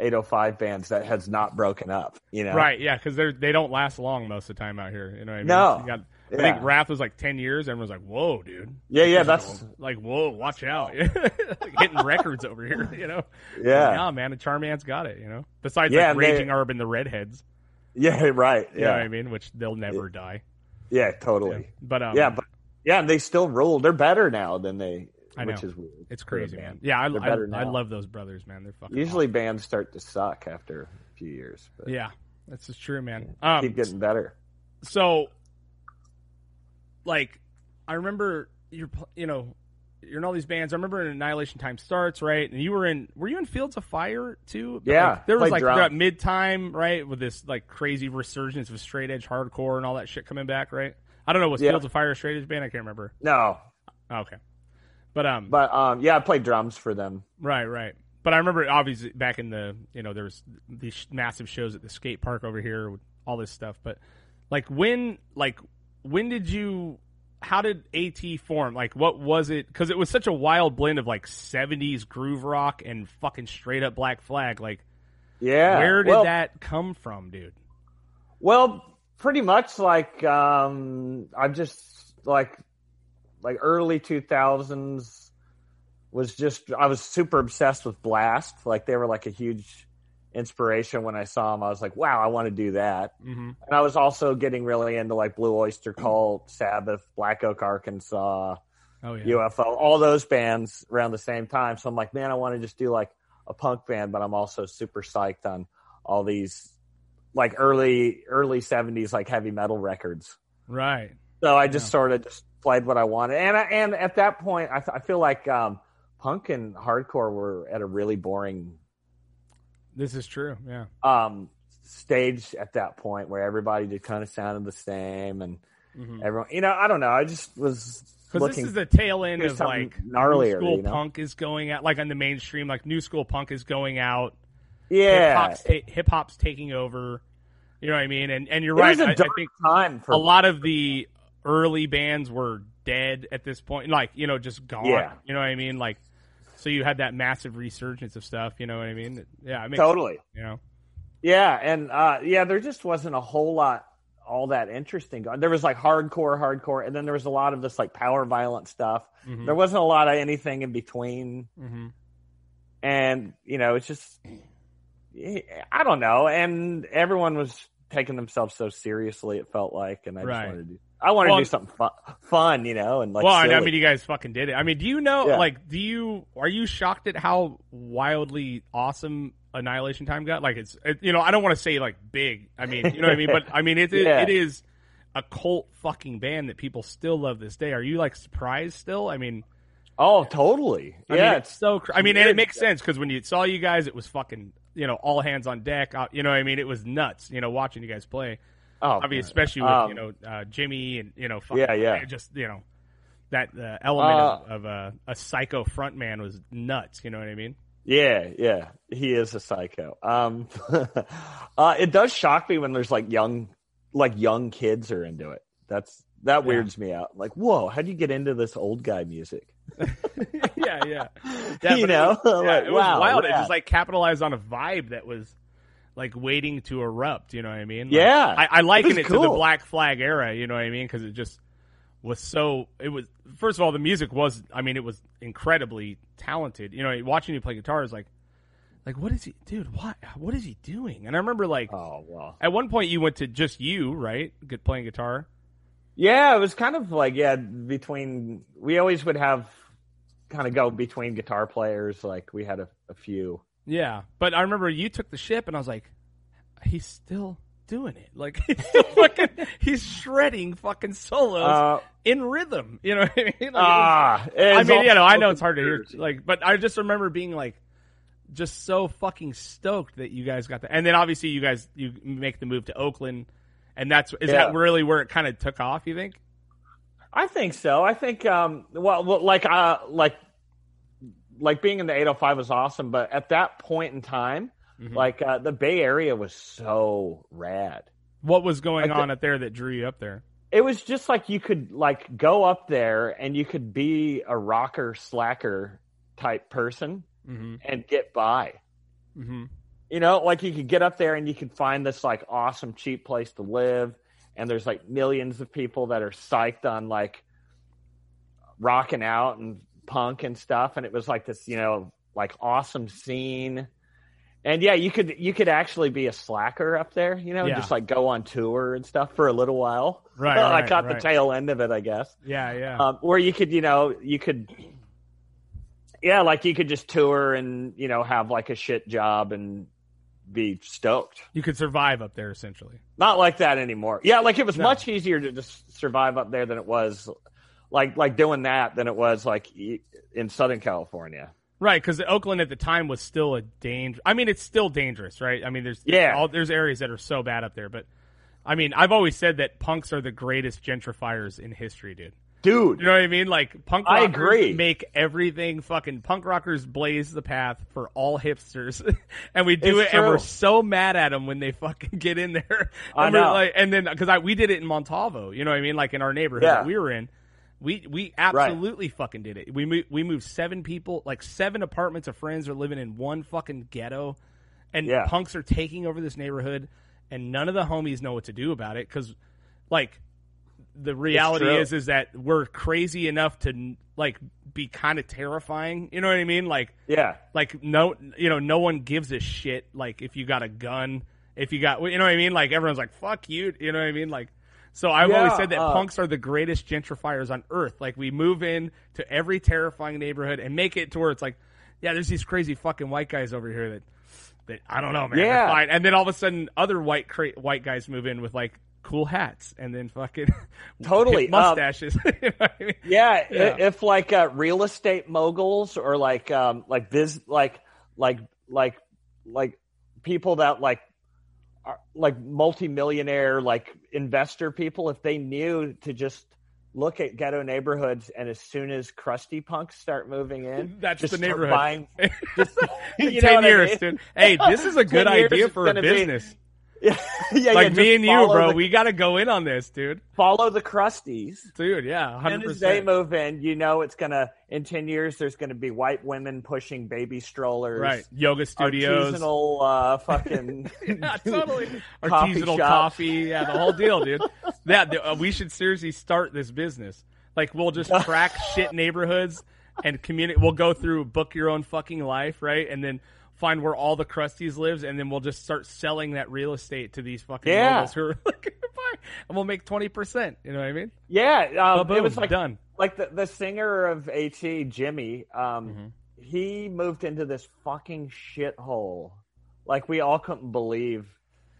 C: 805 bands that has not broken up, you know?
B: Right? Yeah, because they they don't last long most of the time out here. You know what I mean?
C: No.
B: You got I think Wrath was like ten years. Everyone's like, "Whoa, dude!"
C: yeah, yeah, that's
B: Like, "Whoa, watch out!" like hitting records over here, you know?
C: yeah,
B: Nah, man, Charman's got it, you know. Besides,
C: Yeah,
B: like
C: and
B: Raging
C: they-
B: Arb and the Redheads,
C: yeah, right,
B: you know what
C: yeah,
B: I mean? Which they'll never die.
C: yeah, totally,
B: But um,
C: yeah, but yeah, and they still rule. They're better now than they,
B: I
C: which
B: know.
C: is weird.
B: it's crazy,
C: Yeah,
B: man. Yeah, I,
C: They're
B: I,
C: better
B: I
C: now.
B: love those brothers, man. They're fucking
C: Usually bands start to suck after a few years, but
B: awesome. yeah, that's just true, man.
C: keep
B: Um,
C: getting better.
B: so like I remember you're pl- you know you're in all these bands. I remember in Annihilation Time starts right, and you were in were you in Fields of Fire too? But,
C: Yeah,
B: like, there was
C: played
B: like
C: drums.
B: that mid time right with this like crazy resurgence of straight edge hardcore and all that shit coming back, right? I don't know was
C: Yeah.
B: Fields of Fire a straight edge band? I can't remember.
C: No,
B: Oh, okay, but um,
C: but um, yeah, I played drums for them.
B: Right, right. But I remember obviously back in the you know there was these sh- massive shows at the skate park over here, with all this stuff. But like when like when did you? How did AT form? Like what was it? Because it was such a wild blend of like '70s groove rock and fucking straight up Black Flag. Like
C: Yeah,
B: where did
C: well,
B: that come from, dude?
C: Well, pretty much like um, I'm just like like early 2000s was just I was super obsessed with Blast. Like they were like a huge inspiration when I saw them. I was like, wow, I want to do that.
B: hmm
C: And I was also getting really into like Blue Oyster Cult, Sabbath, Black Oak Arkansas,
B: Oh yeah,
C: UFO, all those bands around the same time. So I'm like, man, I want to just do like a punk band, but I'm also super psyched on all these like early early seventies like heavy metal records.
B: right.
C: So I just
B: Yeah.
C: sort of just played what I wanted, and I, and at that point, I, f- I feel like um, punk and hardcore were at a really boring
B: This is true. Yeah,
C: um, stage at that point where everybody just kind of sounded the same, and
B: because
C: everyone, you know, I don't know, I just was
B: Hmm. this
C: looking
B: is the tail end
C: do
B: of
C: something
B: like
C: gnarlier,
B: new school
C: you know?
B: punk is going out. Like on the mainstream, like new school punk is going out. hip
C: yeah.
B: hop's, ta- hip hop's taking over. You know what I mean? And and you're
C: It
B: right.
C: was a
B: I, I
C: dark
B: think
C: time for
B: a lot of the early bands were dead at this point. Like you know, just gone.
C: Yeah.
B: You know what I mean? Like so you had that massive resurgence of stuff. You know what I mean? Yeah, I mean,
C: totally.
B: you know,
C: Yeah, and uh, yeah, there just wasn't a whole lot all that interesting going. There was like hardcore, hardcore, and then there was a lot of this like power violent stuff.
B: Mhm,
C: There wasn't a lot of anything in between,
B: mhm.
C: and you know, it's just I don't know. And everyone was taking themselves so seriously, it felt like, and I
B: Right.
C: just wanted to do. I wanted
B: Well,
C: to do something fun, fun, you know, and like.
B: well, and I
C: silly.
B: mean, you guys fucking did it. I mean, do you know?
C: Yeah.
B: Like, do you are you shocked at how wildly awesome? Annihilation Time got? Like it's it, you know I don't want to say like big. I mean you know what I mean, but I mean it it,
C: Yeah.
B: it is a cult fucking band that people still love this day. Are you like surprised still? I mean,
C: oh, totally.
B: I
C: yeah,
B: mean,
C: it's
B: it's so. Cr- I mean, and it
C: weird.
B: makes sense because when you saw you guys, it was fucking you know all hands on deck. Uh, you know what I mean? It was nuts. You know, watching you guys play,
C: oh,
B: I mean, especially with
C: Um,
B: you know uh, Jimmy and you know fucking,
C: Yeah, yeah.
B: just you know. That uh, element of, of uh, a psycho frontman was nuts. You know what I mean?
C: Yeah, yeah, he is a psycho. Um, uh, it does shock me when there's like young, like young kids are into it. That's that
B: Yeah.
C: weirds me out. Like, whoa, how do you get into this old guy music?
B: yeah, yeah.
C: you
B: but it
C: know,
B: was- yeah,
C: Like,
B: it was
C: wow,
B: wild. It
C: yeah.
B: just like capitalized on a vibe that was like waiting to erupt. You know what I mean? Like,
C: Yeah.
B: I, I liken
C: was
B: it, to the
C: cool.
B: Black Flag era. You know what I mean? Because it just was so. It was first of all the music was. I mean, it was incredibly talented. You know, watching you play guitar is like, like what is he, dude? What what is he doing? And I remember like
C: oh wow,
B: at one point you went to just you right, Good playing guitar.
C: yeah, it was kind of like yeah, between we always would have kind of go between guitar players. Like we had a, a few.
B: Yeah, but I remember you took the ship, and I was like, he's still doing it. Like he's still fucking, he's shredding fucking solos
C: Uh,
B: in rhythm. You know what I mean? Like, it was-
C: ah,
B: I mean, you know, I know it's hard to hear. Like, but I just remember being like, just so fucking stoked that you guys got that. And then obviously you guys you make the move to Oakland, and that's is that
C: Yeah.
B: really where it kind of took off? You think?
C: I think so. I think um well, well like uh like like being in the 805 was awesome, but at that point in time,
B: Mhm.
C: like uh, the Bay Area was so rad.
B: What was going
C: Like the-
B: on up there that drew you up there?
C: It was just like you could like go up there and you could be a rocker slacker type person
B: Mm-hmm.
C: and get by.
B: Mm-hmm.
C: You know, like you could get up there and you could find this like awesome cheap place to live and there's like millions of people that are psyched on like rocking out and punk and stuff and it was like this you know like awesome scene and yeah you could you could actually be a slacker up there you know and
B: Yeah.
C: just like go on tour and stuff for a little while
B: Right.
C: i
B: right,
C: caught
B: right.
C: the tail end of it i guess
B: Yeah. Yeah.
C: um, or you could you know you could yeah like you could just tour and you know have like a shit job and be stoked
B: you could survive up there essentially.
C: not like that anymore yeah like it was
B: No.
C: much easier to just survive up there than it was like like doing that than it was like e- in southern california
B: Right, because Oakland at the time was still a danger. I mean, it's still dangerous, right? I mean, there's
C: Yeah.
B: all, there's areas that are so bad up there, but I mean, I've always said that punks are the greatest gentrifiers in history, dude.
C: dude
B: You know what I mean? Like punk rockers
C: I agree.
B: make everything fucking punk rockers blaze the path for all hipsters, and we do
C: It's
B: it, and we're
C: true.
B: so mad at them when they fucking get in there.
C: I
B: And we're
C: know.
B: Like, and then because I we did it in Montalvo, you know what I mean? Like in our neighborhood
C: Yeah.
B: that we were in, we we absolutely fucking did it. We mo- we moved seven people, like seven apartments of friends are living in one fucking ghetto, and
C: Yeah.
B: punks are taking over this neighborhood, and none of the homies know what to do about it because, like the reality
C: true.
B: is is that we're crazy enough to like be kind of terrifying you know what i mean like
C: yeah
B: like no you know no one gives a shit like if you got a gun if you got you know what i mean like everyone's like fuck you you know what i mean like so i've always
C: Yeah,
B: said that
C: uh,
B: punks are the greatest gentrifiers on earth like we move in to every terrifying neighborhood and make it to where it's like yeah there's these crazy fucking white guys over here that that i don't know man they're
C: Yeah.
B: fine. and then all of a sudden other white cra- white guys move in with like cool hats and then fucking
C: Totally,
B: hip
C: um,
B: mustaches You know what I mean?
C: yeah, i-
B: Yeah.
C: if like uh, real estate moguls or like um like biz like like like like people that like are like multimillionaire like investor people if they knew to just look at ghetto neighborhoods and as soon as crusty punks start moving in
B: That's
C: just
B: the
C: start
B: neighborhood.
C: buying just,
B: In
C: you know
B: ten
C: what I
B: years,
C: mean?
B: dude. Hey, this is a good
C: 10 years
B: idea
C: is
B: for a
C: gonna be-
B: business.
C: yeah, yeah,
B: like
C: just
B: me and you,
C: follow
B: bro.
C: the,
B: we got to go in on this, dude.
C: follow the crusties
B: Dude, yeah,
C: As soon
B: hundred
C: as they
B: percent.
C: move in, you know it's gonna in ten years there's gonna be white women pushing baby strollers,
B: Right, yoga studios.
C: Artisanal uh, fucking
B: Yeah, totally.
C: Coffee
B: Artisanal
C: shops.
B: coffee, yeah, the whole deal, dude. That uh, we should seriously start this business. Like, we'll just track shit neighborhoods and community. We'll go through book your own fucking life, right? And then find where all the crusties lives, and then we'll just start selling that real estate to these fucking
C: Yeah.
B: locals who are looking to buy, and we'll make twenty percent. You know what I mean?
C: yeah. Um,
B: Boom,
C: it was like
B: done.
C: like the, the singer of AT, Jimmy. Um,
B: Mm-hmm.
C: He moved into this fucking shithole. Like we all couldn't believe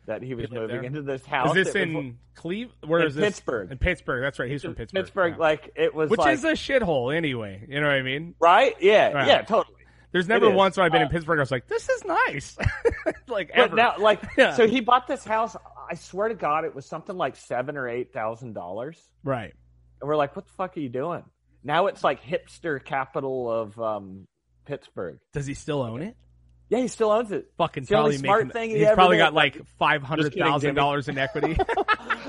C: that he was
B: lived
C: moving
B: there?
C: into this house.
B: Is this
C: It was-
B: in Cleve? Where
C: in
B: is this?
C: Pittsburgh.
B: In Pittsburgh. That's right. He's from Pittsburgh.
C: Pittsburgh?
B: Yeah.
C: Like it was
B: Which
C: like
B: is a shithole anyway. You know what I mean?
C: right? Yeah,
B: Right.
C: yeah, totally.
B: There's never
C: is.
B: once when I've been in Pittsburgh I was like, this is nice. like
C: But
B: ever.
C: now, like,
B: Yeah.
C: so he bought this house. I swear to God, it was something like seven or eight thousand dollars.
B: right.
C: And we're like, what the fuck are you doing? Now it's like hipster capital of um, Pittsburgh.
B: Does he still own it?
C: Yeah, he still owns it.
B: Fucking
C: It's the
B: probably
C: only smart
B: making,
C: thing he
B: He's
C: ever
B: probably
C: did.
B: got like five hundred thousand dollars in equity.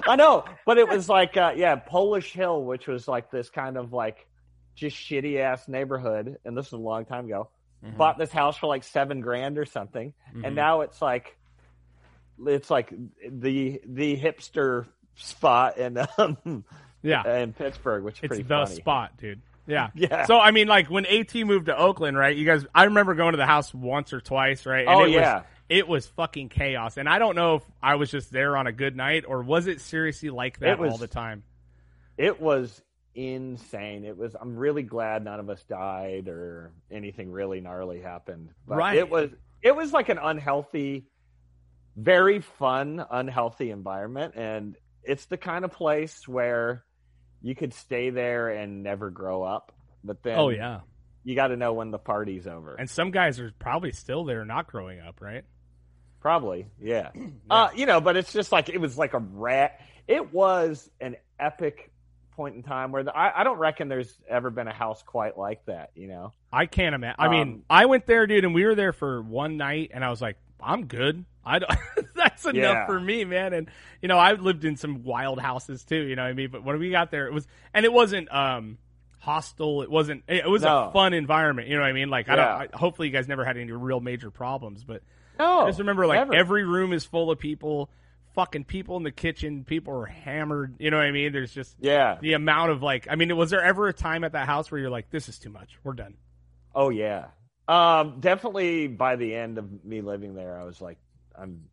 C: I know, but it was like, uh, yeah, Polish Hill, which was like this kind of like just shitty ass neighborhood. And this was a long time ago.
B: Mm-hmm.
C: Bought this house for like seven grand or something, and now it's like, it's like the the hipster spot in um,
B: yeah.
C: in Pittsburgh, which is
B: It's
C: pretty
B: the
C: funny.
B: spot, dude. Yeah.
C: Yeah.
B: So I mean, like when AT moved to Oakland, right? You guys, I remember going to the house once or twice, right?
C: Oh,
B: it
C: yeah.
B: Was, it was fucking chaos, and I don't know if I was just there on a good night or was it seriously like that
C: It was-
B: all the time.
C: It was insane. It was. I'm really glad none of us died or anything really gnarly happened. But
B: Right.
C: It was. It was like an unhealthy, very fun, unhealthy environment, and it's the kind of place where you could stay there and never grow up. But then,
B: oh yeah.
C: you got to know when the party's over.
B: And some guys are probably still there, not growing up, right?
C: Probably, yeah. Uh, you know, but it's just like it was like a rat. It was an epic point in time where the, I, I don't reckon there's ever been a house quite like that. You know,
B: I can't imagine. I mean,
C: Um,
B: I went there, dude, and we were there for one night, and I was like, I'm good. I don't, that's enough
C: Yeah.
B: for me, man. And you know, I've lived in some wild houses too. You know what I mean? But when we got there, it was, and it wasn't um hostile. It wasn't. It was a
C: No.
B: fun environment. You know what I mean? Like, I
C: Yeah.
B: don't. I, hopefully, you guys never had any real major problems, but
C: no.
B: I just remember like
C: never.
B: every room is full of people. fucking people in the kitchen. People are hammered. You know what I mean? There's just
C: Yeah.
B: the amount of like. I mean, was there ever a time at that house where you're like, "This is too much. We're done."
C: Oh yeah. Um, definitely by the end of me living there, I was like, I'm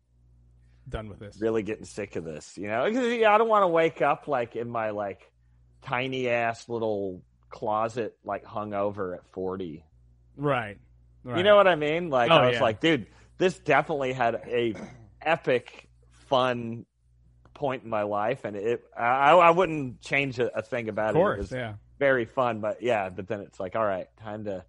B: Done with this.
C: really getting sick of this, you know? 'Cause, yeah, I don't want to wake up like in my like tiny ass little closet, like hungover at 40.
B: Right. right.
C: You know what I mean? Like
B: Oh,
C: I was
B: yeah.
C: like, dude, this definitely had a epic fun point in my life, and it I, I wouldn't change a, a thing about
B: Of
C: it. It
B: course.
C: was
B: Yeah.
C: very fun, but yeah, but then it's like, all right, time to.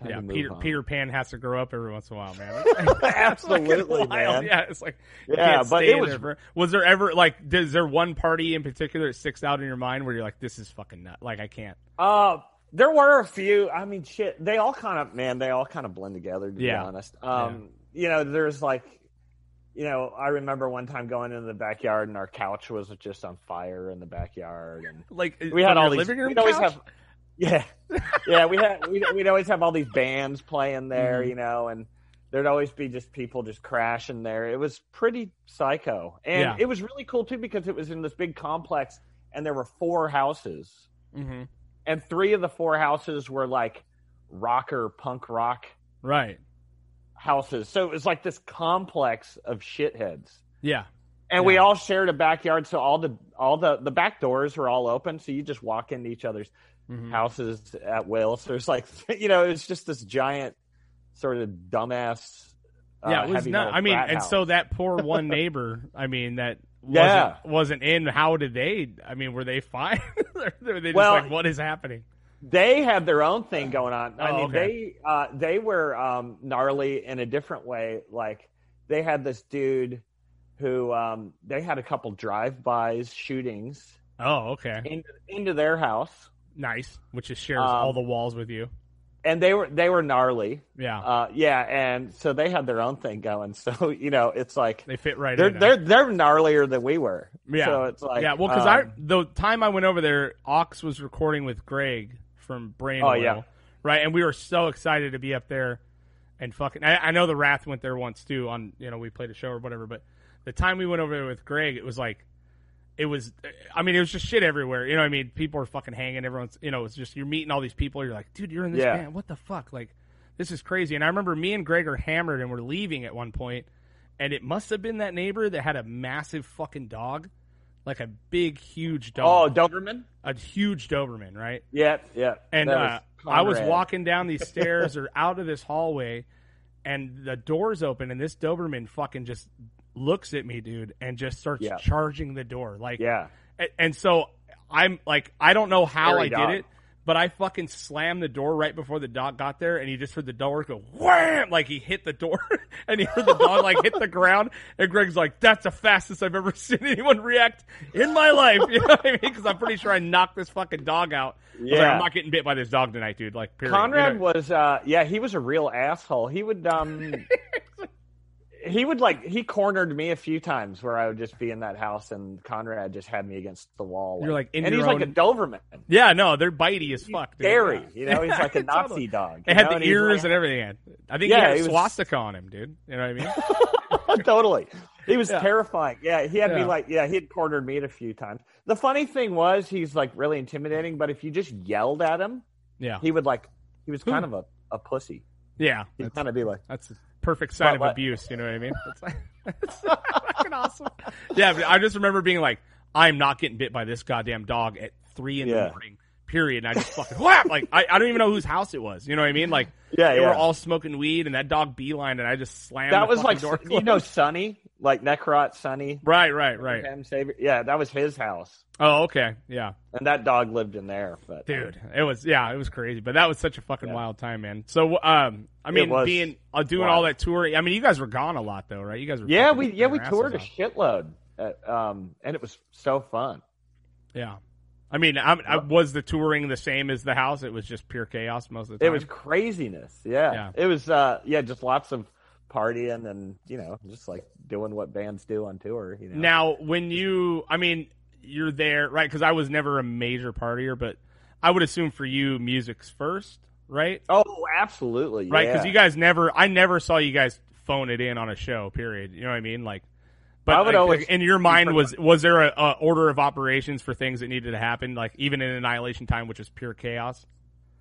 C: Time
B: Yeah.
C: to move
B: Peter
C: on.
B: Peter Pan has to grow up every once in a while, man.
C: Absolutely,
B: Fucking wild.
C: man.
B: Yeah. It's like you
C: Yeah,
B: can't
C: but
B: stay
C: it
B: in
C: was
B: there for- was there ever like is there one party in particular that sticks out in your mind where you're like, "This is fucking nut. Like I can't.
C: Uh, there were a few. I mean, shit, they all kind of man, they all kind of blend together. To
B: Yeah.
C: be honest, um, you know, there's like, you know, I remember one time going into the backyard and our couch was just on fire in the backyard, and
B: Like
C: we had
B: from
C: all
B: your
C: these.
B: living room
C: we'd always
B: couch?
C: have, yeah, yeah, we had we'd, we'd always have all these bands playing there,
B: Mhm.
C: you know, and there'd always be just people just crashing there. It was pretty psycho, and
B: Yeah.
C: it was really cool too because it was in this big complex, and there were four houses
B: Mhm.
C: and three of the four houses were like rocker punk rock
B: Right.
C: houses so it was like this complex of shitheads
B: Yeah.
C: and we
B: Yeah.
C: all shared a backyard so all the all the the back doors were all open so you just walk into each other's
B: Mhm.
C: houses at will so it's like you know it's just this giant sort of dumbass uh,
B: yeah, it was
C: heavy
B: not.
C: metal
B: I mean,
C: frat
B: and
C: house.
B: so that poor one neighbor. I mean, that
C: Yeah.
B: wasn't wasn't in. How did they? I mean, were they fine? were they just
C: Well-
B: like, what is happening?
C: they had their own thing going on. I
B: Oh,
C: mean,
B: okay.
C: they uh, they were um, gnarly in a different way. Like they had this dude who um, they had a couple drive-bys shootings
B: Oh, okay,
C: into, into their house,
B: nice. Which just shares
C: Um,
B: all the walls with you.
C: and they were they were gnarly.
B: Yeah,
C: Uh, yeah, and so they had their own thing going. So you know, it's like
B: they fit right
C: they're
B: in.
C: they're they're gnarlier than we were.
B: Yeah.
C: So it's like
B: yeah, well, because
C: um,
B: I the time I went over there, Ox was recording with Greg from Brain.
C: Oh,
B: Oil,
C: yeah.
B: right. And we were so excited to be up there, and fucking. I, I know the Wrath went there once too. On you know we played a show or whatever, but the time we went over there with Greg, it was like. It was, I mean, it was just shit everywhere. You know, what I mean, people are fucking hanging. Everyone's, you know, it's just you're meeting all these people. You're like, dude, you're in this
C: Yeah.
B: band. What the fuck? Like, this is crazy. And I remember me and Greg are hammered and we're leaving at one point, and it must have been that neighbor that had a massive fucking dog, like a big, huge
C: oh
B: dog,
C: Doberman.
B: a huge Doberman, right?
C: Yeah, yeah.
B: And
C: That
B: uh, I was
C: Conrad.
B: walking down these stairs or out of this hallway, and the doors open, and this Doberman fucking just looks at me, dude, and just starts
C: Yeah.
B: charging the door, like
C: Yeah.
B: and, and so I'm like, I don't know how
C: Scary
B: I
C: dog.
B: did it, but I fucking slammed the door right before the dog got there, and he just heard the door go wham, like he hit the door, and he heard the dog like hit the ground, and Greg's like, "That's the fastest I've ever seen anyone react in my life." You know what I mean? Because I'm pretty sure I knocked this fucking dog out. I was like,
C: Yeah.
B: I'm not getting bit by this dog tonight, dude. Like, period.
C: Conrad
B: You know?
C: was uh yeah, he was a real asshole. He would um he would like he cornered me a few times where I would just be in that house and Conrad just had me against the wall.
B: You're like in
C: and
B: your
C: he's like a
B: own-
C: Doberman.
B: yeah, no, they're bitey as fuck. dude.
C: Scary.
B: Yeah.
C: You know, he's like a
B: Totally.
C: Nazi dog.
B: It
C: you
B: had
C: know,
B: the
C: and he's
B: ears
C: like-
B: and everything. I think he
C: Yeah, he
B: had a
C: was-
B: swastika on him, dude. You know what I mean?
C: Oh, totally. He was
B: Yeah.
C: terrifying. Yeah, he had me
B: Yeah.
C: like yeah, he had cornered me a few times. The funny thing was he's like really intimidating, but if you just yelled at him,
B: Yeah,
C: he would like he was
B: Who?
C: kind of a, a pussy.
B: yeah.
C: He'd kind of be like
B: Hmm. That's a perfect sign
C: But
B: of
C: what-
B: abuse. You know what I mean? It's like, it's fucking awesome. Yeah, but I just remember being like, I'm not getting bit by this goddamn dog at three in the
C: Yeah.
B: morning. Period. And I just fucking whap. Like I, I don't even know whose house it was. You know what I mean? Like
C: Yeah,
B: they
C: yeah.
B: were all smoking weed, and that dog beeline, and I just slammed.
C: that
B: the
C: was
B: fucking
C: like
B: door
C: you know Sonny, like Necrot Sonny.
B: Right, right, right.
C: Pam Saver- Yeah, that was his house,
B: Oh, okay, yeah,
C: and that dog lived in there. But um,
B: dude, it was yeah, it was crazy, but that was such a fucking
C: Yeah.
B: wild time, man. So, um, I mean,
C: was
B: being uh, doing
C: wild.
B: all that touring, I mean, you guys were gone a lot though, right? You guys were
C: yeah,
B: fucking
C: we yeah we
B: your asses
C: toured a
B: off.
C: shitload, uh, um, and it was so fun.
B: Yeah. I mean, I'm, I was the touring the same as the house. It was just pure chaos most of the
C: It
B: time.
C: was craziness. Yeah,
B: Yeah.
C: it was. Uh, yeah, just lots of partying and you know just like doing what bands do on tour. You know,
B: now when you, I mean, you're there, right? Because I was never a major partier, but I would assume for you, music's first, right?
C: oh, absolutely,
B: Right? Because
C: yeah.
B: you guys never, I never saw you guys phone it in on a show. Period. You know what I mean? Like But
C: I would
B: like,
C: always-
B: in your mind was was there a, a order of operations for things that needed to happen? Like even in Annihilation Time, which is pure chaos.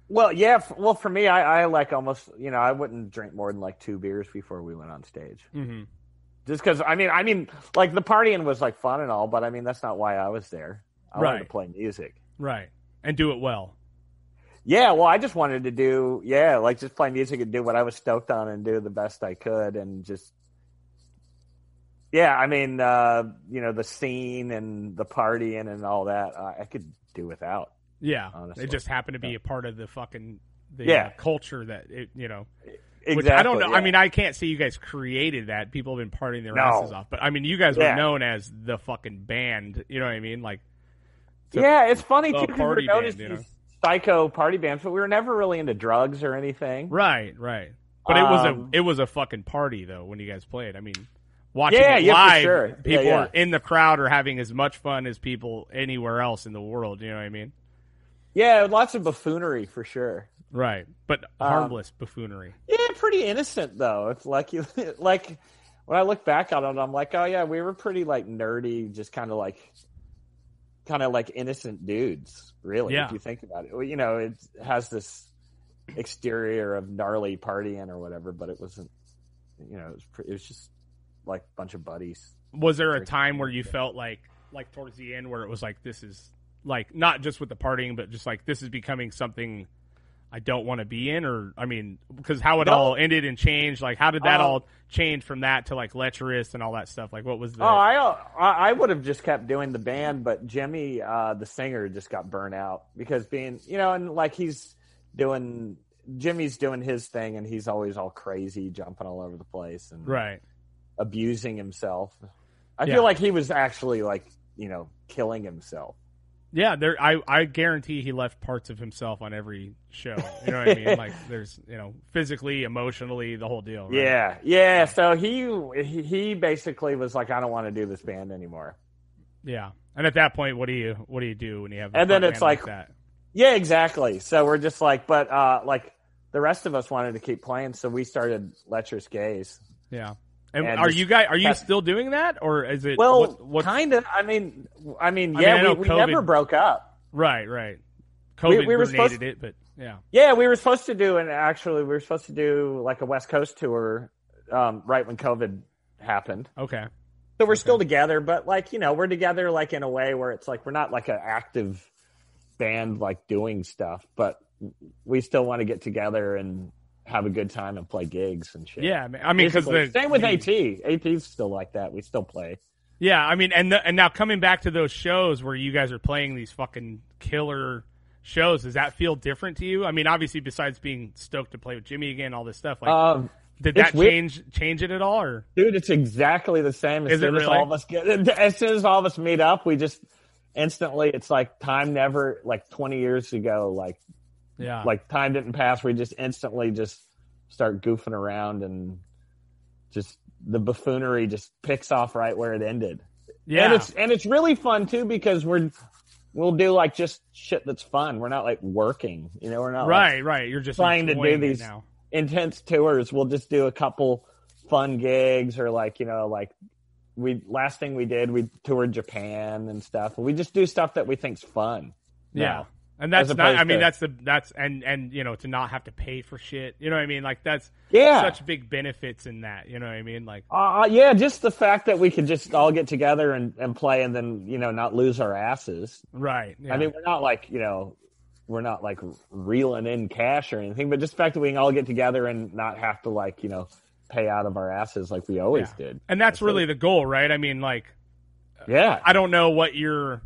C: Well, yeah. F- well, for me, I, I like almost you know I wouldn't drink more than like two beers before we went on stage,
B: Mm-hmm.
C: just because I mean I mean like the partying was like fun and all, but I mean that's not why I was there. I wanted to
B: Right.
C: play music.
B: Right, and do it well.
C: Yeah, well, I just wanted to do yeah, like just play music and do what I was stoked on and do the best I could and just yeah, I mean, uh, you know, the scene and the partying and all that, I, I could do without.
B: Yeah,
C: Honestly.
B: it just happened to be a part of the fucking the
C: Yeah.
B: uh, culture that it, you know.
C: Exactly.
B: Which I don't know. I
C: yeah.
B: mean, I can't say you guys created that. People have been partying their
C: No.
B: asses off, but I mean, you guys
C: Yeah.
B: were known as the fucking band. You know what I mean? Like, to-
C: yeah, it's funny
B: a
C: too because we're
B: party
C: known
B: band,
C: as
B: you know?
C: these psycho party bands, but we were never really into drugs or anything.
B: right, right. But it was
C: Um,
B: a it was a fucking party though when you guys played. I mean, watching
C: Yeah,
B: it
C: yeah, for
B: live,
C: sure. Yeah,
B: people
C: yeah.
B: are in the crowd are having as much fun as people anywhere else in the world. You know what I mean?
C: Yeah, lots of buffoonery for sure.
B: Right, but
C: Um,
B: harmless buffoonery.
C: Yeah, pretty innocent though. It's like you like when I look back on it, I'm like, oh yeah, we were pretty like nerdy, just kind of like kind of like innocent dudes, really.
B: Yeah.
C: If you think about it, Well, you know, it has this exterior of gnarly partying or whatever, but it wasn't. You know, it was, pre- it was just like a bunch of buddies.
B: was there a
C: Or-
B: time where you felt like like towards the end where it was like this is like not just with the partying but just like this is becoming something i don't want to be in or i mean because how it
C: No.
B: all ended and changed like how did that
C: Uh,
B: all change from that to like lecherous and all that stuff like what was the
C: Oh, I I I would have just kept doing the band, but Jimmy, uh, the singer, just got burnt out because being you know, and like he's doing Jimmy's doing his thing, and he's always all crazy, jumping all over the place and
B: right
C: abusing himself. I
B: Yeah.
C: feel like he was actually like you know killing himself.
B: yeah there i i guarantee he left parts of himself on every show you know what i mean like there's you know physically emotionally the whole deal right?
C: Yeah, yeah. So he he- he basically was like, I don't want to do this band anymore.
B: yeah and at that point what do you what do you do when you have a
C: And then
B: band
C: it's like-
B: that
C: Yeah, exactly. So we're just like, but uh, like the rest of us wanted to keep playing, so we started Lecherous Gaze.
B: Yeah. And,
C: And
B: are
C: just-
B: you guys are you
C: that's-
B: still doing that or is it
C: Well,
B: what, what
C: kind of. I mean, I mean,
B: I
C: yeah,
B: mean, I know
C: we, we
B: COVID
C: never broke up.
B: right, right. COVID
C: we were
B: grenaded
C: supposed-
B: it, but yeah.
C: Yeah, we were supposed to do, and actually, we were supposed to do like a West Coast tour um, right when COVID happened.
B: Okay.
C: So we're still together, but like you know, we're together like in a way where it's like we're not like an active band like doing stuff, but we still want to get together and have a good time and play gigs and shit.
B: Yeah, I mean- I mean cuz
C: Basically,
B: the
C: same with
B: the-
C: AT. AT's still like that. We still play.
B: Yeah, I mean and the, and now coming back to those shows where you guys are playing these fucking killer shows, does that feel different to you? I mean, obviously besides being stoked to play with Jimmy again, all this stuff like
C: Um,
B: did
C: it's
B: that
C: weird.
B: change change it at all or
C: Dude, it's exactly the same. As
B: Is it
C: soon as
B: really?
C: all of us get, as soon as all of us meet up, we just instantly. It's like time never, like twenty years ago, like
B: Yeah.
C: like time didn't pass. We just instantly just start goofing around and just the buffoonery just picks off right where it ended.
B: yeah.
C: and it's and it's really fun too because we're we'll do like just shit that's fun. We're not like working, you know. We're not like,
B: right, right. You're just
C: trying to do
B: enjoying it
C: these-
B: now.
C: intense tours, we'll just do a couple fun gigs or like, you know, like we last thing we did, we toured Japan and stuff. We just do stuff that we think's fun.
B: Yeah.
C: now.
B: And that's
C: As
B: not I
C: opposed
B: mean
C: to-
B: that's the that's and and you know to not have to pay for shit. You know what I mean? Like that's
C: Yeah.
B: such big benefits in that, you know what I mean? Like
C: uh, yeah, just the fact that we could just all get together and, and play and then, you know, not lose our asses.
B: right. yeah.
C: I mean, we're not like, you know, we're not like reeling in cash or anything, but just the fact that we can all get together and not have to like, you know, pay out of our asses like we always
B: Yeah.
C: did.
B: and that's really the goal, right? I mean like
C: Yeah.
B: I don't know what your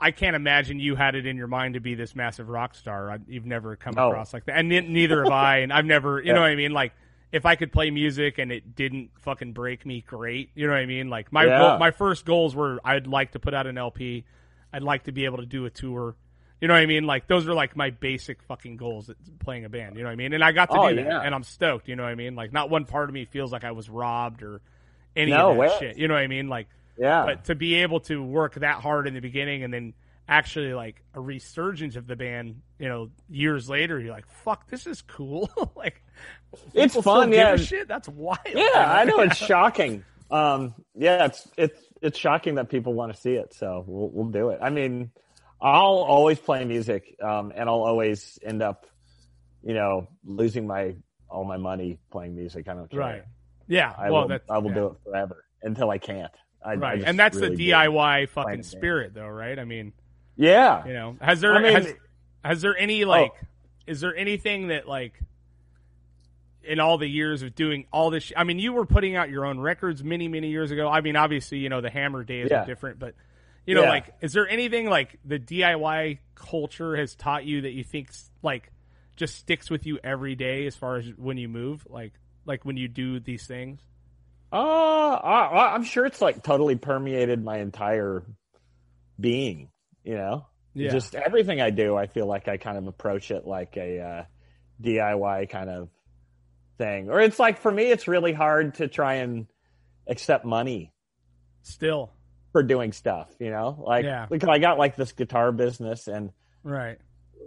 B: I can't imagine you had it in your mind to be this massive rock star. I, you've never come
C: No.
B: across like that, and ne- neither have I. And I've never, you know what I mean? Like, if I could play music and it didn't fucking break me, great. You know what I mean? Like my
C: Yeah.
B: goal- my first goals were I'd like to put out an LP, I'd like to be able to do a tour. You know what I mean? Like those are like my basic fucking goals. at Playing a band, you know what I mean? And I got to
C: Oh,
B: do that,
C: yeah.
B: and I'm stoked. You know what I mean? Like not one part of me feels like I was robbed or any
C: No
B: of that
C: way.
B: shit. You know what I mean? Like
C: Yeah.
B: but to be able to work that hard in the beginning and then actually like a resurgence of the band you know years later you're like fuck this is cool like
C: it's
B: people still
C: fun.
B: give a
C: Yeah.
B: shit that's wild
C: Yeah, I know it's shocking. Um, yeah, it's it's it's shocking that people want to see it, so we'll we'll do it. I mean, I'll always play music, um, and I'll always end up, you know, losing my all my money playing music. I don't care.
B: Right. Yeah.
C: I
B: well,
C: will.
B: that's,
C: I will
B: yeah.
C: do it forever until I can't. I, I
B: Right.
C: just
B: and that's the
C: really do.
B: DIY fucking
C: Playing
B: spirit, though, right? I mean,
C: Yeah.
B: you know, has there
C: I mean- oh.
B: has, has there any like is there anything that like in all the years of doing all this? Sh- I mean, you were putting out your own records many many years ago. I mean, obviously, you know, the Hammer days
C: Yeah.
B: are different, but you know,
C: Yeah.
B: like, is there anything like the DIY culture has taught you that you think like just sticks with you every day as far as when you move, like like when you do these things?
C: Uh, I, I- I'm sure it's like totally permeated my entire being. You know, just everything I do, I feel like I kind of approach it like a uh, DIY kind of thing. Or it's like for me, it's really hard to try and accept money
B: still
C: for doing stuff. You know, like
B: Yeah.
C: because I got like this guitar business and
B: right.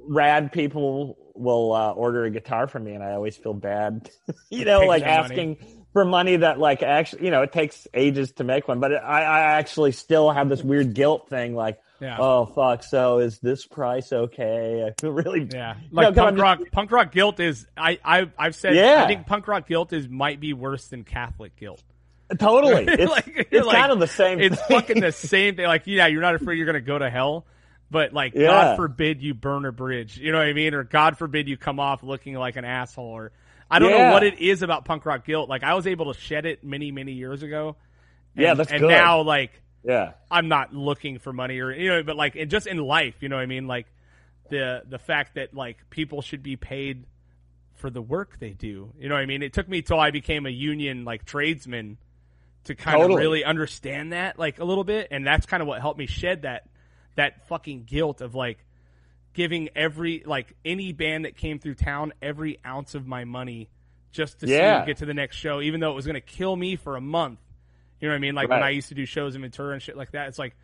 C: rad people will uh, order a guitar from me and I always feel bad, you know,
B: Taking
C: like
B: their money.
C: asking for money that like actually, you know, it takes ages to make one, but I, I actually still have this weird guilt thing like,
B: Yeah.
C: oh fuck. So is this price okay? I feel really,
B: Yeah, like
C: 'cause I'm
B: punk
C: just-
B: rock. Punk rock guilt is. I I I've said.
C: Yeah.
B: I think punk rock guilt is might be worse than Catholic guilt.
C: totally. It's,
B: Like-
C: it's
B: like,
C: kind of the same.
B: It's
C: thing.
B: fucking the same thing. Like, yeah, you're not afraid you're gonna go to hell, but like,
C: Yeah.
B: God forbid you burn a bridge. You know what I mean? Or God forbid you come off looking like an asshole. Or I don't know
C: Yeah.
B: what it is about punk rock guilt. Like, I was able to shed it many many years ago. And,
C: Yeah, that's
B: and
C: good.
B: now like
C: yeah.
B: I'm not looking for money or you know, but like and just in life, you know what I mean? Like the the fact that like people should be paid for the work they do. You know what I mean? It took me till I became a union like tradesman to kind of
C: Totally.
B: really understand that like a little bit and that's kind of what helped me shed that that fucking guilt of like giving every like any band that came through town every ounce of my money just to see
C: Yeah.
B: them get to the next show even though it was going to kill me for a month. You know what I mean? Like when
C: Right.
B: I used to do shows in Ventura and shit like that, it's like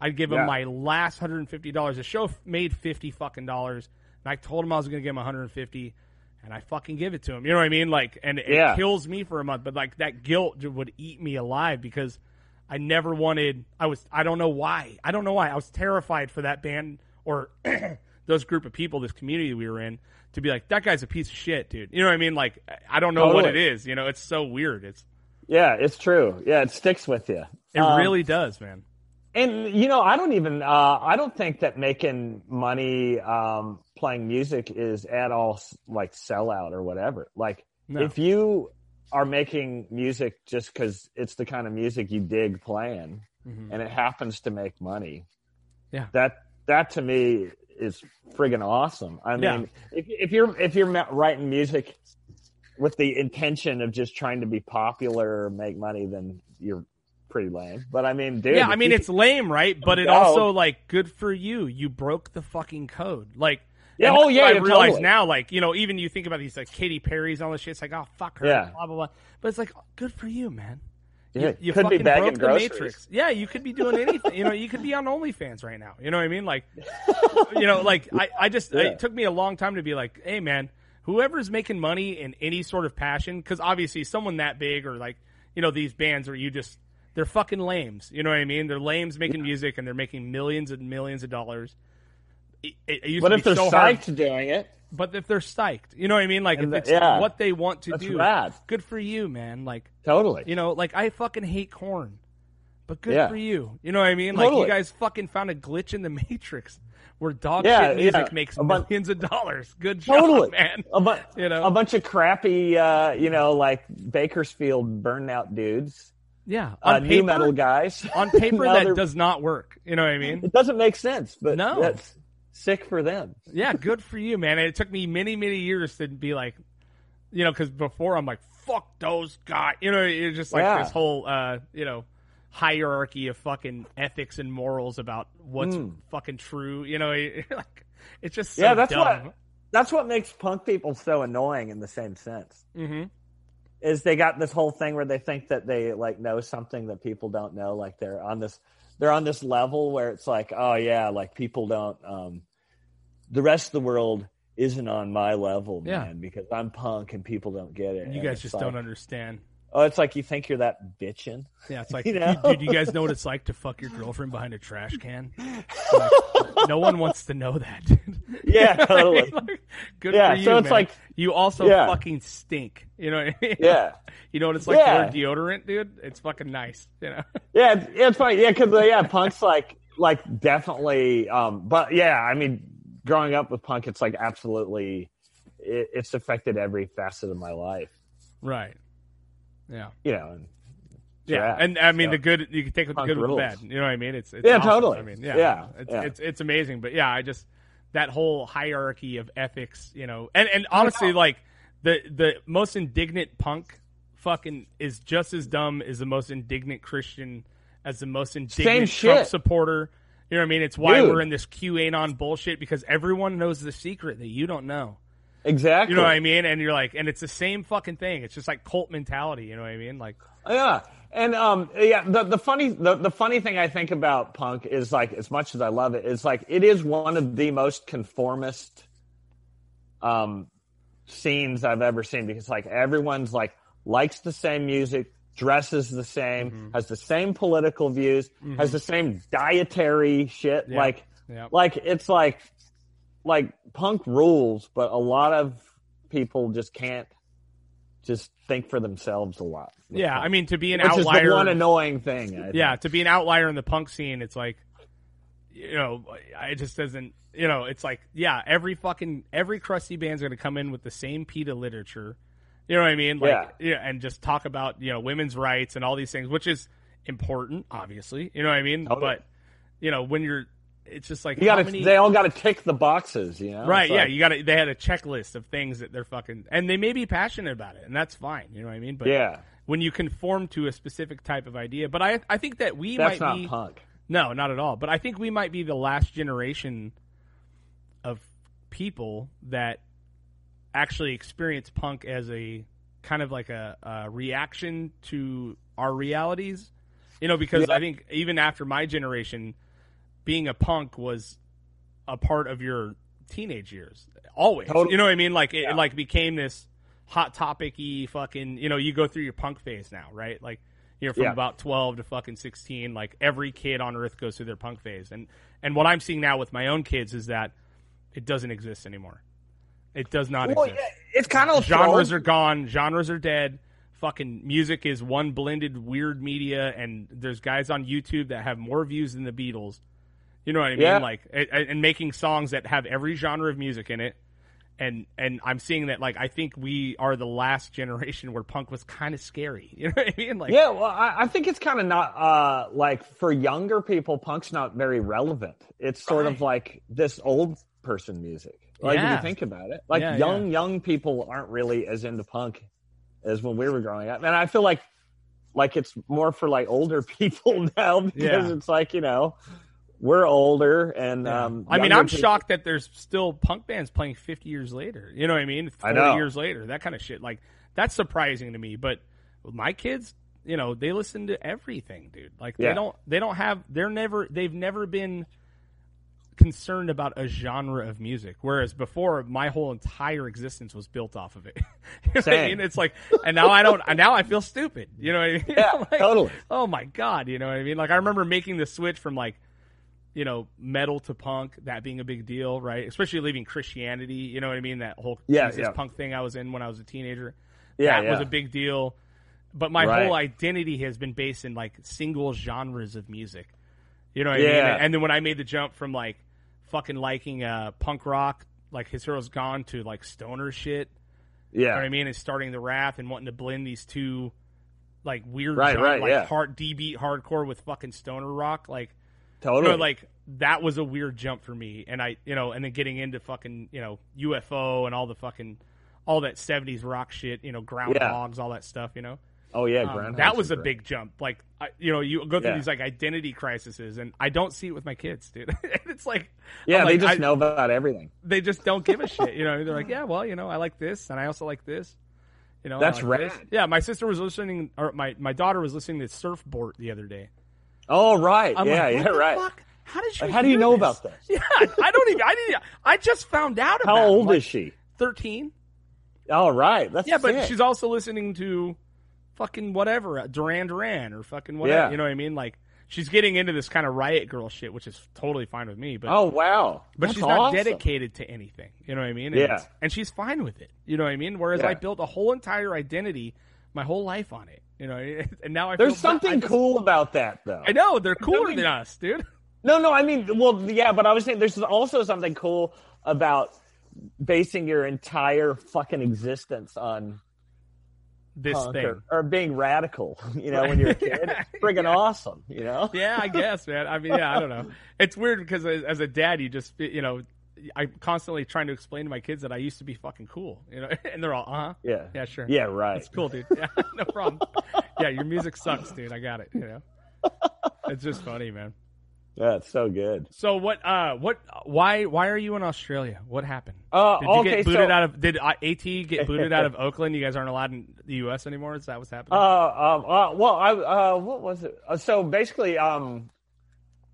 B: I'd give him
C: Yeah.
B: my last hundred and fifty dollars. The show f- made fifty fucking dollars, and I told him I was going to give him one hundred and fifty, and I fucking give it to him. You know what I mean? Like, and it
C: Yeah.
B: kills me for a month, but like that guilt ju- would eat me alive because I never wanted. I was. I don't know why. I don't know why. I was terrified for that band or those group of people, this community we were in, to be like that guy's a piece of shit, dude. You know what I mean? Like, I- I don't know what it
C: Totally.
B: is. You know, it's so weird. It's
C: Yeah. It's true. Yeah. It sticks with you.
B: it
C: Um,
B: really does, man.
C: and you know i don't even uh i don't think that making money um playing music is at all s- like sellout or whatever like
B: No.
C: if you are making music just because it's the kind of music you dig playing
B: Mhm.
C: and it happens to make money
B: Yeah.
C: that that to me is friggin' awesome i mean
B: Yeah.
C: if, if you're if you're ma- writing music with the intention of just trying to be popular or make money then you're pretty lame but i mean dude
B: yeah, I
C: if
B: mean
C: you-
B: it's lame, right? But it
C: No.
B: also like good for you. You broke the fucking code. Like
C: Yeah,
B: and
C: oh
B: that's
C: yeah,
B: what I
C: yeah,
B: realize
C: totally.
B: now, like you know, even you think about these like Katy Perry's and all this shit. It's like, oh fuck her,
C: Yeah.
B: blah blah blah. But it's like, good for you, man.
C: Yeah,
B: you, you
C: could be
B: fucking
C: bagging
B: broke
C: groceries.
B: the matrix. Yeah, you could be doing anything. you know, you could be on OnlyFans right now. You know what I mean? Like, you know, like I, I just
C: Yeah.
B: it took me a long time to be like, hey man, whoever's making money in any sort of passion, because obviously someone that big or like you know these bands where you just they're fucking lames. You know what I mean? They're lames making music and they're making millions and millions of dollars. It, it used
C: What
B: to
C: if
B: be
C: they're
B: so hard
C: psyched doing it?
B: but if they're psyched, you know what I mean? Like
C: And
B: if
C: the-
B: it's
C: yeah.
B: what they want to
C: That's
B: do,
C: rad.
B: good for you, man. Like
C: Totally.
B: you know, like I fucking hate corn, but good
C: Yeah.
B: for you. You know what I mean? Like
C: Totally.
B: you guys fucking found a glitch in the matrix where dog
C: Yeah,
B: shit music
C: yeah.
B: makes
C: A bun-
B: millions of dollars. Good job,
C: Totally.
B: man.
C: A, bu-
B: You know?
C: a bunch of crappy, uh, you know, like Bakersfield burnout dudes,
B: Yeah, on
C: uh,
B: paper,
C: new metal guys.
B: on paper
C: Now they're-
B: that does not work. You know what I mean?
C: it doesn't make sense, but
B: No.
C: that's sick for them.
B: yeah, good for you, man. And it took me many, many years to be like, you know, because before I'm like, fuck those guys. You know, it's just like
C: Yeah.
B: this whole, uh, you know, hierarchy of fucking ethics and morals about what's
C: Mm.
B: fucking true. You know, you're like, it's just so
C: Yeah, that's
B: dumb.
C: what- That's what makes punk people so annoying in the same sense.
B: hmm
C: Is they got this whole thing where they think that they like know something that people don't know. Like they're on this, they're on this level where it's like, oh yeah, like people don't. Um, the rest of the world isn't on my level,
B: Yeah.
C: man, because I'm punk and people don't get it.
B: You
C: And
B: guys
C: it's
B: just
C: like,
B: don't understand.
C: Oh, it's like you think you're that bitchin'.
B: Yeah, it's like,
C: You
B: dude,
C: know?
B: dude, you guys know what it's like to fuck your girlfriend behind a trash can? Like, no one wants to know that. dude.
C: Yeah, totally.
B: Like, good
C: Yeah,
B: for you,
C: so it's
B: man.
C: like-
B: you also
C: Yeah.
B: fucking stink. You know, what I mean?
C: Yeah.
B: you know what it's like to
C: Yeah.
B: wear deodorant, dude. It's fucking nice. You know,
C: Yeah, it's, it's funny. Yeah, because yeah, punk's like like definitely. Um, but yeah, I mean, growing up with punk, it's like absolutely, it, it's affected every facet of my life.
B: right? Yeah,
C: You know. And,
B: yeah. And I mean,
C: so-
B: the good you can take with the
C: Punk
B: good with the
C: rules.
B: bad. You know what I mean? It's, it's
C: Yeah,
B: awesome.
C: totally.
B: I mean, yeah,
C: Yeah,
B: It's,
C: yeah.
B: it's it's amazing. But yeah, I just that whole hierarchy of ethics. You know, and and honestly, like the the most indignant punk fucking is just as dumb as the most indignant Christian as the most indignant Trump
C: shit.
B: supporter. You know what I mean? It's why
C: Dude.
B: we're in this QAnon bullshit because everyone knows the secret that you don't know.
C: exactly.
B: You know what I mean? And you're like, and it's the same fucking thing. It's just like cult mentality. You know what I mean? Like,
C: Yeah. And um yeah, the, the funny the, the funny thing I think about punk is like as much as I love it, is like it is one of the most conformist um scenes I've ever seen because like everyone's like likes the same music, dresses the same,
B: Mm-hmm.
C: has the same political views, has the same dietary shit.
B: Yeah.
C: Like
B: yeah,
C: like it's like like punk rules, but a lot of people just can't just think for themselves a lot.
B: yeah. I mean, to be an
C: Which
B: outlier,
C: is the one annoying thing. I think.
B: yeah, to be an outlier in the punk scene, it's like, you know, I- it just doesn't, you know, it's like, yeah, every fucking every crusty band's gonna come in with the same PETA literature, you know what I mean? Like, yeah. and just talk about you know women's rights and all these things, which is important, obviously, you know what I mean?
C: Totally.
B: But you know, when you're, it's just like
C: You gotta,
B: how many-
C: they all got to tick the boxes, you know?
B: Right,
C: It's
B: yeah,
C: like-
B: you got to they had a checklist of things that they're fucking and they may be passionate about it and that's fine, you know what I mean? But
C: yeah.
B: when you conform to a specific type of idea, but I I think that we might
C: That's not
B: be
C: punk.
B: No, not at all, but I think we might be the last generation of people that actually experience punk as a kind of like a, a reaction to our realities. You know, because
C: Yeah.
B: I think even after my generation, being a punk was a part of your teenage years always.
C: Totally.
B: You know what I mean? Like it, it like became this hot topic y fucking you know, you go through your punk phase now, right? Like you're from
C: Yeah.
B: about twelve to fucking sixteen, like every kid on earth goes through their punk phase. And and what I'm seeing now with my own kids is that it doesn't exist anymore. It does not
C: Well, yeah,
B: exist.
C: it's kind of
B: Genres are gone. Genres are dead. Fucking music is one blended weird media, and there's guys on YouTube that have more views than the Beatles. You know what I mean?
C: Yeah.
B: Like, and- and making songs that have every genre of music in it. And and I'm seeing that like I think we are the last generation where punk was kind of scary. You know what I mean? Like,
C: yeah, well, I, I think it's kind of not uh, like for younger people, punk's not very relevant. It's sort of like this old person music. Like if
B: Yeah.
C: you think about it, like
B: Yeah,
C: young young people aren't really as into punk as when we were growing up, and I feel like like it's more for like older people now because
B: Yeah.
C: it's like you know we're older and um
B: I mean,
C: younger
B: I'm
C: people-
B: shocked that there's still punk bands playing 50 years later. You know what I mean? 40
C: I know.
B: years later, that kind of shit. Like that's surprising to me. But my kids, you know, they listen to everything, dude. Like they
C: Yeah.
B: don't, they don't have, they're never, they've never been concerned about a genre of music. Whereas before, my whole entire existence was built off of it. you know what I
C: Same.
B: mean? It's like, and now I don't, and now I feel stupid. You know what I mean?
C: Yeah,
B: Like,
C: totally.
B: Oh my god, you know what I mean? Like I remember making the switch from like you know, metal to punk, that being a big deal, right? Especially leaving Christianity, you know what I mean? That whole
C: Yeah,
B: Jesus
C: yeah.
B: punk thing I was in when I was a teenager.
C: Yeah,
B: that
C: yeah.
B: was a big deal. But my
C: Right.
B: whole identity has been based in like single genres of music. You know what I
C: Yeah.
B: mean? And then when I made the jump from like fucking liking uh punk rock, like his hero's gone to like stoner shit,
C: yeah
B: you know what I mean? And starting the wrath and wanting to blend these two like weird
C: Right,
B: genre-
C: right,
B: like
C: yeah.
B: hard D beat hardcore with fucking stoner rock, like
C: totally
B: you know, like that was a weird jump for me, and I, you know, and then getting into fucking, you know, UFO and all the fucking, all that '70s rock shit, you know, groundhogs, all that stuff, you know,
C: oh yeah
B: Um,
C: Groundhog
B: that was a
C: Syndrome.
B: big jump. Like, I, you know, you go through
C: Yeah.
B: these like identity crises, and I don't see it with my kids, dude. it's like,
C: yeah
B: I'm
C: they
B: like,
C: just
B: I-
C: know about everything
B: they just don't give a shit, you know. They're like, yeah, well, you know, I like this, and I also like this. You know, I
C: That's
B: like
C: rad.
B: this. Yeah, my sister was listening, or my my daughter was listening to Surfboard the other day.
C: Oh right,
B: I'm
C: yeah,
B: like, what
C: yeah,
B: the
C: right.
B: fuck? How did you?
C: Like, how do you
B: hear
C: know
B: this?
C: about this?
B: Yeah, I don't even. I didn't. I just found out.
C: How
B: about
C: old
B: it.
C: is she?
B: Thirteen.
C: All right, that's
B: Yeah, but
C: sick.
B: she's also listening to fucking whatever uh, Duran Duran or fucking whatever.
C: Yeah.
B: You know what I mean? Like she's getting into this kind of riot girl shit, which is totally fine with me. But
C: Oh wow!
B: but
C: That's
B: she's not
C: awesome.
B: dedicated to anything. You know what I mean? And
C: Yeah.
B: it's- And she's fine with it. You know what I mean? Whereas
C: Yeah.
B: I built a whole entire identity, my whole life on it. You know, and now I
C: There's
B: feel bad. I
C: something
B: just-
C: cool about that, though.
B: I know they're cooler
C: Something-
B: than us, dude.
C: No, no, I mean, well, yeah, but I was saying there's also something cool about basing your entire fucking existence on
B: This
C: punk
B: thing.
C: or, or being radical, you know, when you're a kid.
B: Yeah.
C: It's friggin' awesome, you know?
B: yeah, I guess, man. I mean, yeah, I don't know. It's weird because as, as a dad, you just, you know, I'm constantly trying to explain to my kids that I used to be fucking cool, you know, and they're all, uh huh,
C: Yeah.
B: yeah, sure,
C: Yeah, right.
B: it's cool, dude. Yeah, no problem. yeah, your music sucks, dude. I got it. You know, it's just funny, man.
C: Yeah, it's so good.
B: So what? Uh, what? Why? Why are you in Australia? What happened?
C: Uh,
B: Did you
C: okay,
B: get booted
C: so,
B: out of? Did uh, AT get booted out of Oakland? You guys aren't allowed in the U.S. anymore. Is that what's happening?
C: Uh, um, uh, well, I, uh, what was it? Uh, so basically, um,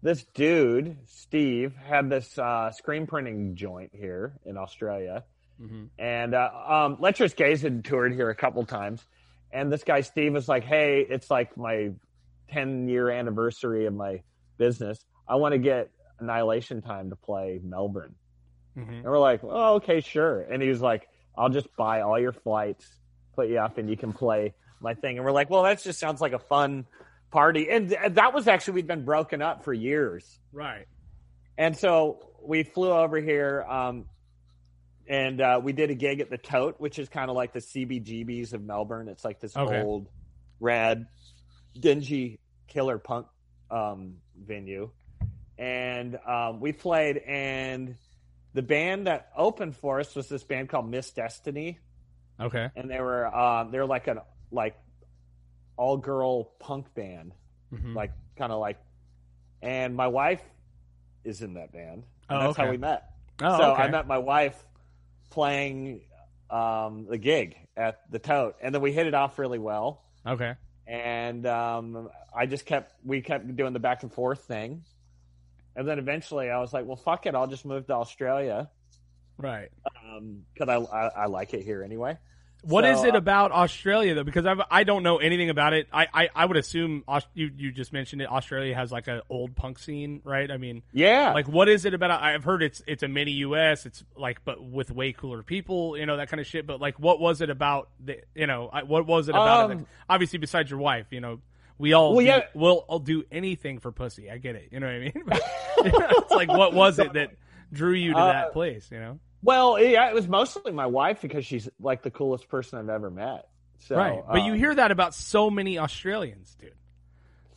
C: this dude, Steve, had this uh, screen printing joint here in Australia.
B: hmm
C: And uh, um, Lecherous Gaze had toured here a couple times. And this guy, Steve, was like, hey, it's like my 10 year anniversary of my business. I want to get Annihilation Time to play Melbourne.
B: hmm
C: And we're like, oh, okay, sure. And he was like, I'll just buy all your flights, put you up, and you can play my thing. And we're like, well, that just sounds like a fun party. And th- that was actually, we'd been broken up for years.
B: Right.
C: And so we flew over here, um, and uh, we did a gig at the Tote, which is kind of like the CBGBs of Melbourne. It's like this
B: Okay.
C: old, rad, dingy killer punk um, venue, and um, we played. And the band that opened for us was this band called Miss Destiny,
B: Okay.
C: and they were um, they're like an like all girl punk band,
B: Mhm.
C: like kind of like. And my wife is in that band.
B: Oh,
C: And that's
B: okay.
C: how we met
B: Oh,
C: so
B: okay.
C: I met my wife playing um, the gig at the Tote, and then we hit it off really well.
B: okay.
C: And um, I just kept we kept doing the back and forth thing, and then eventually I was like, well, fuck it, I'll just move to Australia
B: Right.
C: because I, I I like it here anyway.
B: What is
C: So,
B: it
C: uh,
B: about Australia though? Because I've, I don't know anything about it. I, I, I would assume Aus- you you just mentioned it. Australia has like an old punk scene, right? I mean,
C: Yeah,
B: like what is it about? I've heard it's it's a mini U.S. It's like but with way cooler people, you know that kind of shit. But like, what was it about the you know I- what was it about? it?
C: Um,
B: that- Obviously, besides your wife, you know. We all
C: Well,
B: do,
C: yeah.
B: we'll all do anything for pussy. I get it. You know what I mean? it's like what was it that drew you to
C: Uh,
B: that place? You know,
C: well, yeah, it was mostly my wife because she's like the coolest person I've ever met. So,
B: right. But you
C: um,
B: hear that about so many Australians, dude.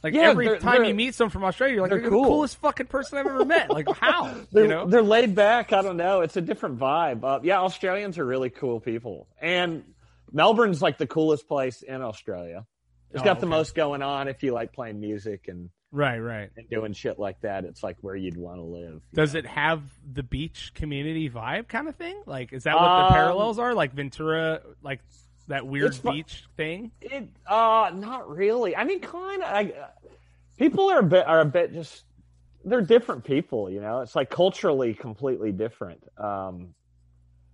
B: Like
C: Yeah,
B: every
C: they're-
B: time
C: they're-
B: you meet someone from Australia, you're like,
C: they're
B: they're
C: cool."
B: the coolest fucking person I've ever met. Like how?
C: They're,
B: you know?
C: they're laid back. I don't know. It's a different vibe. Uh, yeah, Australians are really cool people, and Melbourne's like the coolest place in Australia. It's
B: Oh,
C: got the
B: okay.
C: most going on if you like playing music and,
B: Right, right.
C: and doing shit like that. It's like where you'd want to live. you
B: Does
C: know?
B: it have the beach community vibe kind of thing? Like is that what the
C: Um,
B: parallels are? Like Ventura, like that weird
C: It's fu-
B: beach thing?
C: It uh, not really. I mean, kind of. People are a bit are a bit just. They're different people, you know. It's like culturally completely different. Um,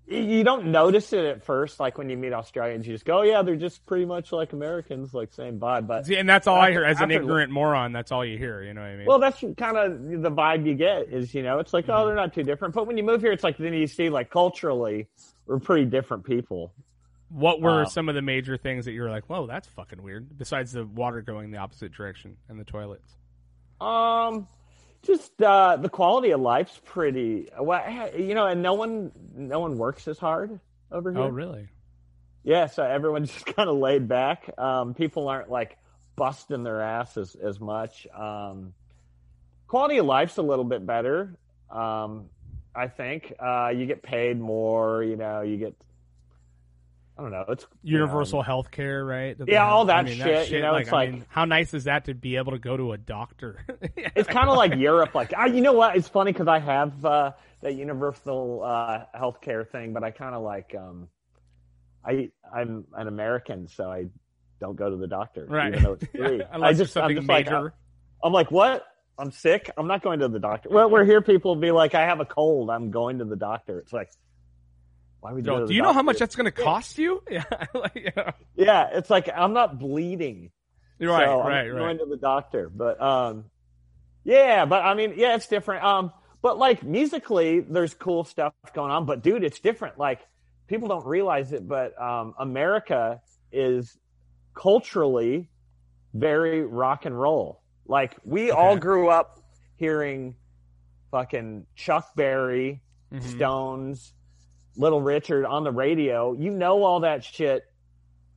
C: y- you don't notice it at first, like when you meet Australians, you just go, "Oh yeah, they're just pretty much like Americans, like same vibe." But
B: See, and that's all I hear as an
C: After-
B: ignorant moron, that's all you hear, you know what I mean?
C: well, that's kind of the vibe you get is, you know, it's like, oh, they're not too different. But when you move here, it's like then you see like culturally, we're pretty different people.
B: what were
C: um,
B: some of the major things that you were like, Whoa, that's fucking weird besides the water going the opposite direction and the toilets?
C: Um, just uh, the quality of life's pretty. Well, you know, and no one, no one works as hard over here.
B: Oh really?
C: Yeah, so everyone's just kind of laid back. Um, people aren't like busting their ass as, as much. Um, quality of life's a little bit better, um, I think. Uh, you get paid more, you know, you get, I don't know, it's you know,
B: universal health care, right? That they
C: Yeah,
B: have.
C: all that shit, you know, it's
B: I
C: like-
B: mean, how nice is that to be able to go to a doctor?
C: it's kind of like Europe. Like, I, you know what? It's funny because I have uh, that universal uh, healthcare thing, but I kind of like, um, I I'm an American, so I don't go to the doctor,
B: Right.
C: Even though it's free.
B: Unless
C: I
B: there's
C: just
B: something
C: I'm just
B: major.
C: Like, I'm like, what? I'm sick. I'm not going to the doctor. Well, we're here. People be like, I have a cold. I'm going to the doctor. It's like, Why would you?
B: Yo,
C: go to
B: do
C: the
B: you know how
C: doctor?
B: much that's going to cost you? Yeah, like, you know.
C: Yeah, it's like I'm not bleeding.
B: You're right,
C: so
B: right, right.
C: I'm Going to the doctor, but um, yeah, but I mean, yeah, it's different. Um, but like musically, there's cool stuff going on. But dude, it's different. Like people don't realize it, but um, America is culturally very rock and roll. Like we all
B: Okay.
C: grew up hearing fucking Chuck Berry,
B: Mhm.
C: Stones, Little Richard on the radio. You know all that shit.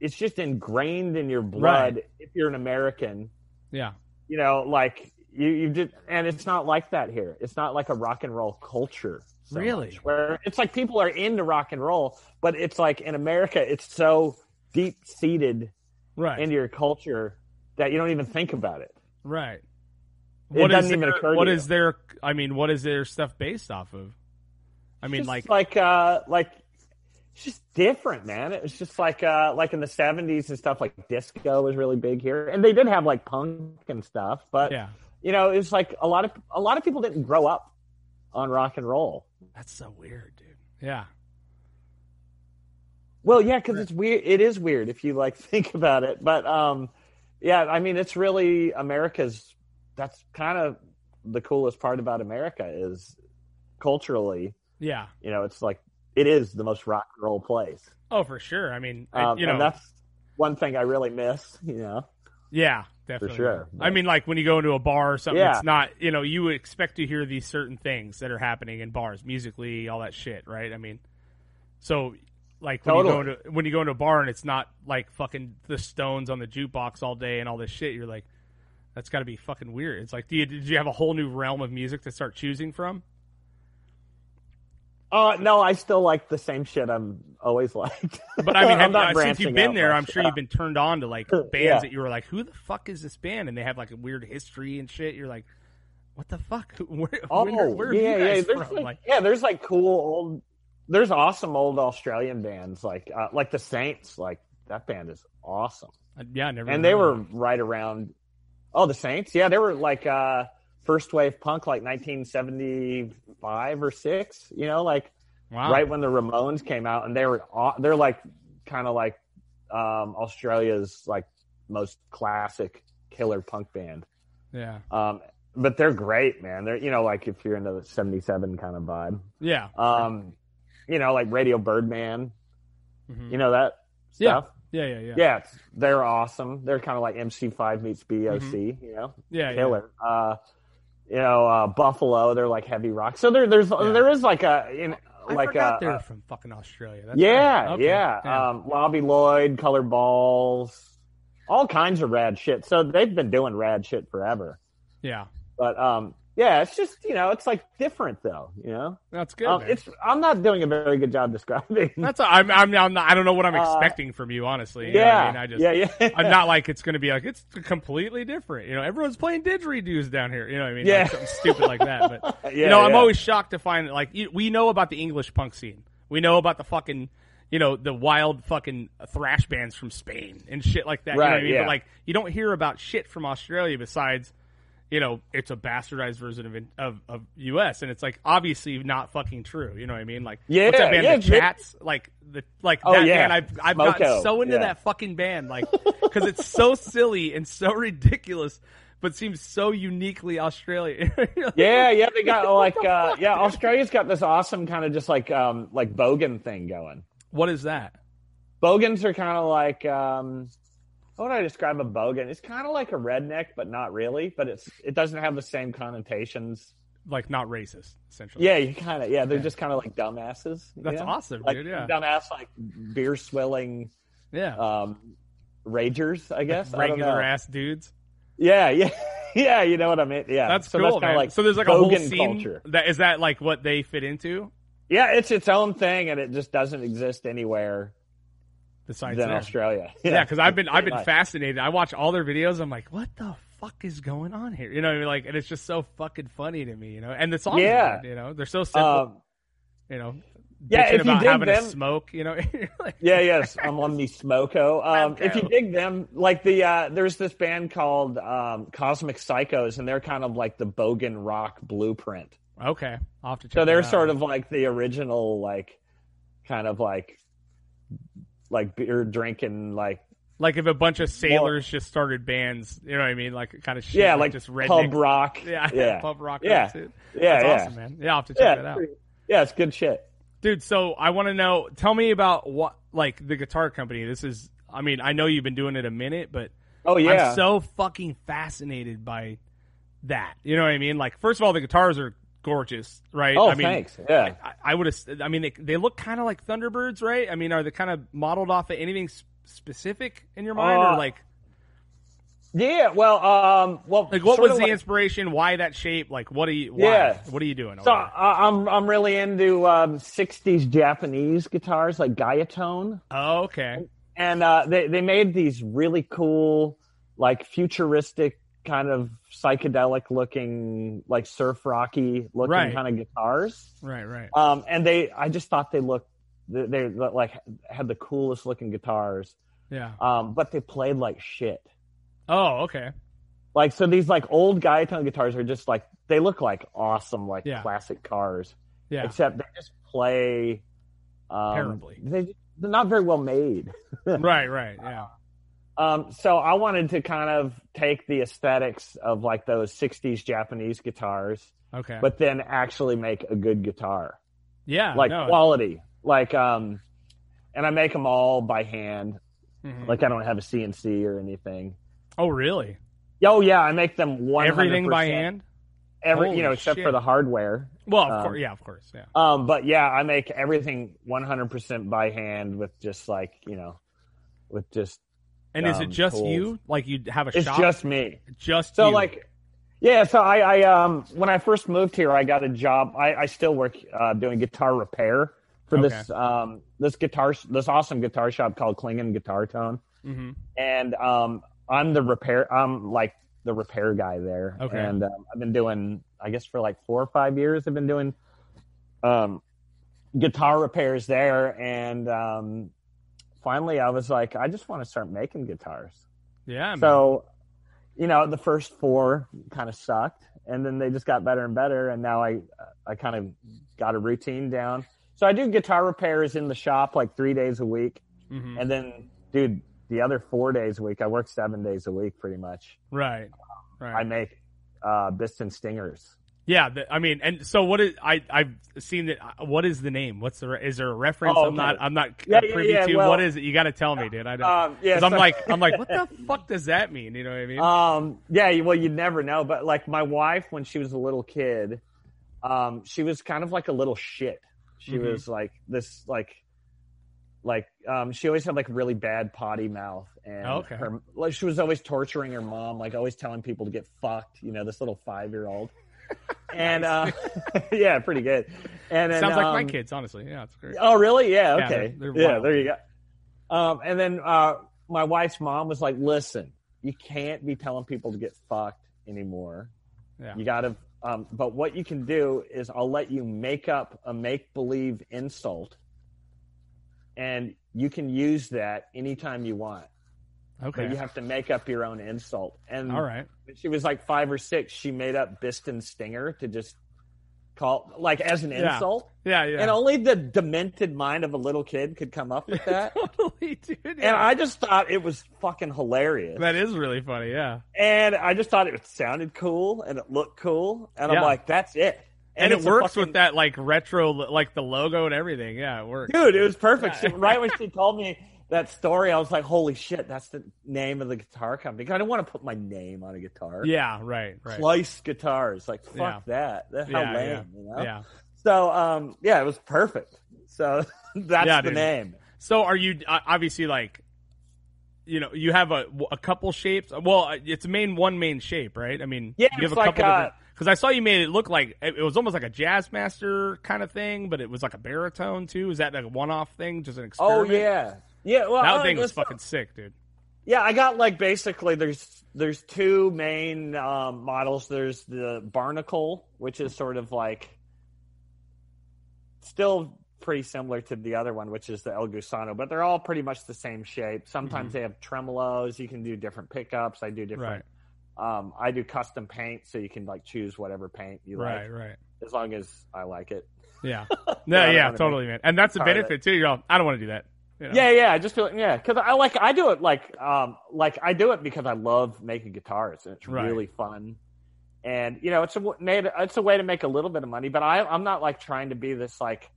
C: It's just ingrained in your blood if you're an American.
B: Yeah,
C: You know, like you you did, and it's not like that here. It's not like a rock and roll culture. so
B: Really?
C: much, where it's like people are into rock and roll, but it's like in America, it's so deep seated
B: right,
C: into your culture that you don't even think about it.
B: right.
C: It
B: What is
C: doesn't even
B: their-
C: occur to
B: what
C: you.
B: is their? I mean, what is their stuff based off of? I mean,
C: Just
B: like,
C: like uh like it's just different man it was just like uh like in the 70s and stuff like disco was really big here and they did have like punk and stuff but
B: yeah,
C: you know it was like a lot of a lot of people didn't grow up on rock and roll
B: that's so weird, dude. Yeah,
C: well yeah because it's weird it is weird if you like think about it but um yeah i mean it's really america's that's kind of the coolest part about america is culturally
B: yeah.
C: you know it's like it is the most rock and roll place
B: Oh, for sure. I mean, I-
C: Um,
B: you know,
C: and that's one thing I really miss. You know,
B: Yeah, definitely.
C: sure.
B: I mean, like when you go into a bar or something,
C: Yeah.
B: it's not you know you expect to hear these certain things that are happening in bars, musically, all that shit, right? I mean, so like when you go
C: Totally.
B: into when you go into a bar and it's not like fucking the Stones on the jukebox all day and all this shit, you're like, that's got to be fucking weird. It's like, do you, did you have a whole new realm of music to start choosing from?
C: uh, no, I still like the same shit I'm always liked.
B: But I mean,
C: I'm
B: have,
C: not
B: uh, since you've been
C: branching out
B: there,
C: much.
B: I'm sure you've been turned on to like bands
C: Yeah.
B: that you were like, "Who the fuck is this band?" And they have like a weird history and shit. You're like, "What the fuck? Who- Where,
C: oh,
B: where, where are
C: yeah,
B: you
C: yeah.
B: guys
C: There's
B: from?"
C: like,
B: Like,
C: yeah, there's like cool old, there's awesome old Australian bands like uh, like the Saints. Like that band is awesome,
B: uh, yeah, I never.
C: and they
B: heard
C: were
B: of them.
C: right around. Oh, the Saints. Yeah, they were like uh, first wave punk, like 1975 or six. You know, like
B: wow.
C: right when the Ramones came out, and they were aw- they're like kind of like um, Australia's like most classic killer punk band.
B: Yeah,
C: Um, but they're great, man. They're you know like if you're into the '77 kind of vibe,
B: yeah,
C: um, you know like Radio Birdman,
B: Mhm.
C: you know that
B: Yeah,
C: stuff.
B: yeah, yeah, yeah,
C: Yeah, it's- they're awesome. They're kind of like MC5 meets BOC, you know,
B: Mm-hmm. yeah, yeah.
C: killer. Uh, you know uh, Buffalo, they're like heavy rock. So there, there's
B: Yeah.
C: there is like a in,
B: I
C: like
B: forgot
C: a,
B: they
C: a-
B: were from fucking Australia. That's
C: yeah,
B: right. Okay,
C: yeah. Um, Lobby Lloyd, Color Balls, all kinds of rad shit. So they've been doing rad shit forever.
B: yeah.
C: But um, yeah, it's just you know, it's like different though. You know,
B: That's good.
C: um,
B: man.
C: it's I'm not doing a very good job describing.
B: That's. i am I'm. I'm. Not, I don't know what I'm
C: Uh,
B: expecting from you, honestly.
C: yeah,
B: You know what I mean, I just.
C: yeah, yeah,
B: I'm not like it's going to be like it's completely different. You know, everyone's playing didgeridoos down here. You know, what I mean,
C: Yeah.
B: like, something stupid like that. But
C: yeah,
B: you know, I'm
C: yeah.
B: always shocked to find that like you, we know about the English punk scene. We know about the fucking you know the wild fucking thrash bands from Spain and shit like that. you know what I
C: Right,
B: mean?
C: yeah.
B: But like you don't hear about shit from Australia besides you know it's a bastardized version of of, of U.S. and it's like obviously not fucking true. You know what I mean? Like
C: Yeah,
B: what's that band?
C: yeah,
B: the
C: yeah.
B: Chats. Like the like
C: Oh,
B: that
C: yeah.
B: band. I've I've gotten
C: Smoko,
B: so into
C: yeah.
B: that fucking band like because it's so silly and so ridiculous. But seems so uniquely Australian.
C: Yeah, yeah, they got like uh, yeah, Australia's got this awesome kind of just like um like bogan thing going.
B: What is that?
C: Bogans are kind of like um, how would I describe a bogan? It's kind of like a redneck, but not really. But it's it doesn't have the same connotations.
B: Like not racist, essentially.
C: Yeah, you kind of yeah, they're
B: Okay.
C: just kind of like dumbasses. you
B: that's
C: know?
B: awesome,
C: Like
B: dude. Yeah,
C: dumbass, like beer swilling
B: yeah.
C: um, ragers, I guess. I don't
B: Regular
C: know.
B: ass dudes.
C: Yeah, yeah, yeah. You know what I mean? Yeah,
B: That's
C: so
B: cool,
C: That's kinda
B: man.
C: like
B: so there's like a whole
C: bogan
B: scene
C: culture.
B: that is that like what they fit into
C: Yeah, it's its own thing, and it just doesn't exist anywhere
B: besides
C: than
B: that.
C: Australia.
B: Yeah, because I've been I've
C: pretty
B: been
C: much.
B: fascinated. I watch all their videos. I'm like, what the fuck is going on here? You know, what I mean? like, and it's just so fucking funny to me. You know, and the songs, are
C: Yeah.
B: good, you know, they're so simple.
C: Um,
B: you know, bitching
C: yeah, if you
B: about
C: dig
B: having
C: them-
B: a smoke. You know, You're like,
C: Yeah, yes, I'm on the Smoko. Um, if you
B: Smoko.
C: dig them, like the uh, there's this band called um, Cosmic Psychos, and they're kind of like the Bogan Rock blueprint.
B: okay, off to check.
C: So they're
B: it out.
C: sort of like the original, like kind of like like beer drinking like
B: Like if a bunch of sailors just started bands, you know what I mean? Like kind of shit,
C: yeah like
B: just
C: pub
B: redneck,
C: rock
B: yeah,
C: yeah
B: pub rock.
C: Yeah.
B: that's it.
C: yeah
B: That's
C: yeah
B: awesome, man. Yeah, I'll have to check
C: yeah
B: that
C: it's
B: out.
C: pretty- yeah it's good shit
B: dude so i want to know tell me about what like the guitar company this is i mean i know you've been doing it a minute but
C: oh yeah
B: i'm so fucking fascinated by that you know what i mean like first of all the guitars are gorgeous right
C: oh
B: i mean
C: thanks yeah
B: i, I would have i mean they, they look kind of like thunderbirds right i mean are they kind of modeled off of anything s- specific in your mind or
C: Uh,
B: like
C: yeah well um well
B: like what
C: sort
B: was
C: of
B: the
C: like-
B: inspiration why that shape like what are you why?
C: Yeah.
B: what are you doing over
C: So
B: there?
C: I I'm I'm really into um, '60s Japanese guitars like Gaiatone,
B: oh okay
C: and uh, they they made these really cool, like futuristic kind of psychedelic looking, like surf rocky looking
B: Right.
C: kind of guitars.
B: right right
C: Um, and they I just thought they looked they, they like had the coolest looking guitars,
B: yeah
C: um, but they played like shit.
B: oh okay
C: Like so, these like old Gaiatone guitars are just like they look like awesome, like
B: Yeah.
C: classic cars.
B: yeah
C: except they just play um,
B: Terribly.
C: They, they're not very well made.
B: right right yeah
C: Um, so I wanted to kind of take the aesthetics of like those '60s Japanese guitars,
B: okay
C: but then actually make a good guitar,
B: Yeah,
C: like
B: no,
C: quality, like um, and I make them all by hand.
B: mhm.
C: Like I don't have a CNC or anything.
B: oh really?
C: Oh yeah, I make them one
B: Everything by hand?
C: Every
B: Holy
C: you know, except
B: shit.
C: for the hardware.
B: Well, of
C: Um,
B: course, yeah, of course, yeah.
C: Um, but yeah, I make everything 100% by hand with just like, you know, with just,
B: And is it
C: um,
B: just
C: tools.
B: you? Like you have a
C: it's
B: shop?
C: just me.
B: just
C: So
B: you.
C: like, yeah, so I, I, um, when I first moved here, I got a job. I, I still work, uh, doing guitar repair for this, um, this guitar, this awesome guitar shop called Klingon Guitar Tone.
B: Mhm.
C: And, um, I'm the repair, I'm like the repair guy there.
B: Okay.
C: And, um, I've been doing, I guess for like four or five years, I've been doing, um, guitar repairs there and um finally i was like i just want to start making guitars
B: yeah, man.
C: so you know the first four kind of sucked and then they just got better and better and now i i kind of got a routine down so i do guitar repairs in the shop like three days a week
B: Mhm.
C: and then dude the other four days a week i work seven days a week pretty much
B: right,
C: i
B: right.
C: make uh biston stingers
B: yeah, the, I mean, and so what is? I I've seen that. uh, What is the name? What's the? re- Is there a reference?
C: Oh,
B: I'm not.
C: okay.
B: I'm not
C: Yeah, yeah,
B: privy
C: yeah,
B: to.
C: well-
B: what is it? You got to tell me, dude. I don't.
C: um yeah
B: 'cause I'm like, I'm like, what the fuck does that mean? You know what I mean?
C: Um, yeah, you- well, you'd never know. But like my wife, when she was a little kid, um, she was kind of like a little shit. She
B: Mhm.
C: was like this, like, like um, she always had like really bad potty mouth, and
B: Oh, okay.
C: her like she was always torturing her mom, like always telling people to get fucked. You know, this little five year old. And uh, yeah, pretty good. And then,
B: Sounds like my
C: um,
B: kids, honestly. Yeah, it's great.
C: Oh, really? Yeah.
B: Yeah,
C: Okay. Yeah,
B: they're- they're wild.
C: there you go. Um, and then uh, my wife's mom was like, "Listen, you can't be telling people to get fucked anymore.
B: Yeah.
C: You got to. Um, but what you can do is, I'll let you make up a make believe insult, and you can use that anytime you want. But
B: okay.
C: you have to make up your own insult. And
B: All right.
C: when she was like five or six, she made up Biston Stinger to just call like as an
B: Yeah.
C: insult.
B: Yeah, yeah.
C: And only the demented mind of a little kid could come up with that.
B: totally, dude.
C: and
B: yeah.
C: I just thought it was fucking hilarious.
B: that is really funny. Yeah.
C: And I just thought it sounded cool and it looked cool. And
B: Yeah.
C: I'm like, that's it.
B: and, it
C: it's a
B: works
C: fucking-
B: with that like retro like the logo and everything yeah it works
C: Dude, it was perfect.
B: Yeah.
C: She- right when she told me that story, I was like, holy shit, that's the name of the guitar company. I don't want to put my name on a guitar.
B: yeah right right
C: Slice guitars. Like, fuck
B: Yeah.
C: that. That's
B: Yeah,
C: how lame,
B: yeah.
C: you know?
B: yeah
C: So, um, yeah, it was perfect. So that's
B: Yeah,
C: the
B: dude.
C: name.
B: so are you uh, obviously like you know you have a, a couple shapes well uh, it's main one main shape right i mean
C: Yeah,
B: you have
C: it's like, uh,
B: because i saw you made it look like it it was almost like a jazz master kind of thing but it was like a baritone too is that like a one-off thing just an
C: Oh,
B: experiment
C: yeah. Yeah, well,
B: that
C: uh,
B: thing was
C: listen-
B: fucking sick dude
C: Yeah, I got like basically there's there's two main um, models. There's the Barnacle, which is sort of like still pretty similar to the other one, which is the El Gusano, but they're all pretty much the same shape. Sometimes
B: Mhm.
C: they have tremolos. You can do different pickups. I do different. Um, I do custom paint, so you can like choose whatever paint you
B: right
C: like,
B: right
C: as long as I like it.
B: Yeah. No,
C: I
B: yeah,
C: wanna be
B: totally, man. And that's a
C: part of
B: benefit too. You're all, I don't want to do that. You know?
C: Yeah, yeah. I just feel yeah, because I like I do it like um like I do it because I love making guitars and it's
B: Right.
C: really fun, and you know it's a w- made it's a way to make a little bit of money. But I I'm not like trying to be this like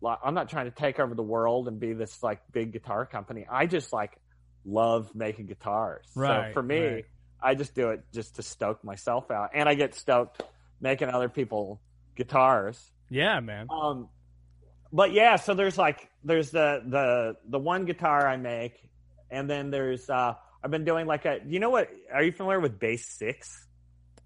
C: li- I'm not trying to take over the world and be this like big guitar company. I just like love making guitars.
B: Right,
C: So for me,
B: right.
C: I just do it just to stoke myself out, and I get stoked making other people guitars.
B: Yeah, man.
C: Um, but yeah, so there's like there's the the the one guitar I make, and then there's uh I've been doing like a you know what are you familiar with bass six?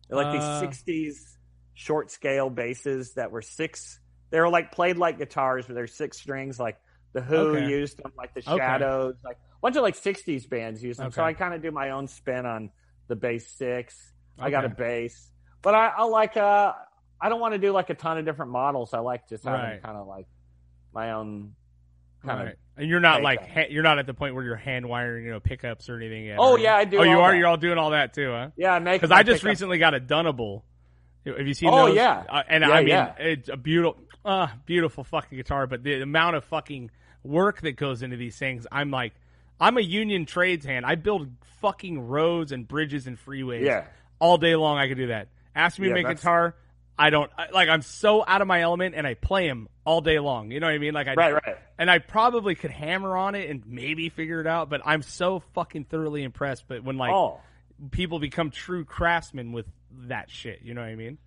C: They're like
B: Uh.
C: these '60s short scale basses that were six. They were like played like guitars, but they're six strings. Like the Who
B: Okay.
C: used them, like the
B: Okay.
C: Shadows, like a bunch of like '60s bands used them. So
B: Okay.
C: I kind of do my own spin on the bass six. I got a
B: Okay.
C: bass, but I, I like uh I don't want to do like a ton of different models. I like just having
B: Right.
C: kind of like my own kind
B: Right.
C: of.
B: And you're not
C: take
B: like
C: that.
B: ha- you're not at the point where you're hand wiring, you know, pickups or anything yet.
C: Oh
B: are you?
C: yeah, I do.
B: Oh, you
C: all
B: are.
C: that.
B: You're all doing all that too, huh?
C: yeah, I make
B: Because
C: my
B: I just
C: pickup.
B: recently got a Dunnable. Have you seen
C: Oh,
B: those?
C: yeah.
B: Uh, and
C: Yeah,
B: I mean,
C: yeah.
B: it's a beautiful, uh, beautiful fucking guitar. But the amount of fucking work that goes into these things, I'm like, I'm a union trades hand. I build fucking roads and bridges and freeways.
C: Yeah.
B: all day long. I could do that. Ask me
C: Yeah,
B: to make a
C: that's-
B: guitar. I don't I, like. I'm so out of my element, and I play them all day long. You know what I mean? Like I
C: Right, right.
B: and I probably could hammer on it and maybe figure it out, but I'm so fucking thoroughly impressed. But when like
C: oh.
B: people become true craftsmen with that shit, you know what I mean?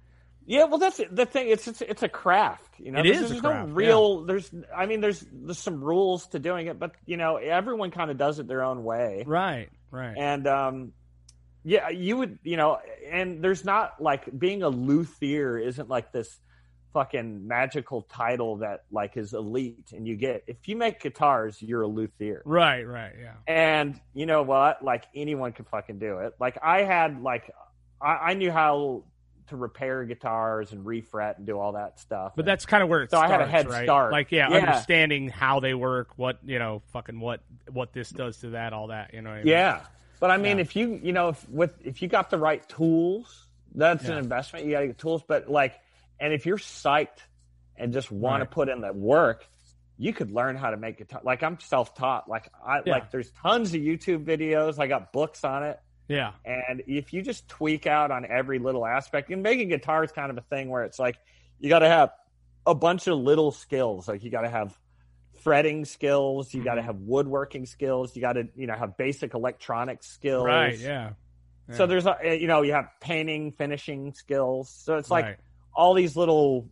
C: Yeah, well, that's the thing. It's it's, it's a craft, you know.
B: It
C: there's,
B: is a
C: there's
B: craft,
C: no
B: yeah.
C: real. There's, I mean, there's there's some rules to doing it, but you know, everyone kind of does it their own way.
B: Right, right.
C: and um yeah you would you know and there's not like being a luthier isn't like this fucking magical title that like is elite and you get if you make guitars you're a luthier
B: right, right, yeah.
C: and you know what like anyone could fucking do it like i had like i, I knew how to repair guitars and refret and do all that stuff
B: But that's kind of where it
C: So I
B: starts,
C: had a head
B: right?
C: start.
B: Like, yeah,
C: Yeah.
B: understanding how they work, what you know, fucking what what this does to that, all that, you know. What I mean?
C: Yeah, but I mean,
B: Yeah.
C: if you you know if with if you got the right tools, that's
B: Yeah.
C: an investment. You got to get tools, but like, and if you're psyched and just want
B: Right.
C: to put in the work, you could learn how to make guitar. Like I'm self taught. Like I
B: Yeah.
C: like there's tons of YouTube videos. I got books on it.
B: yeah,
C: And if you just tweak out on every little aspect, and making guitar is kind of a thing where it's like you got to have a bunch of little skills. Like you got to have fretting skills, you got
B: Mm-hmm.
C: to have woodworking skills, you got to you know have basic electronic skills.
B: right, yeah.
C: So
B: Yeah.
C: there's a, eh, you know you have painting, finishing skills. So it's like
B: Right.
C: all these little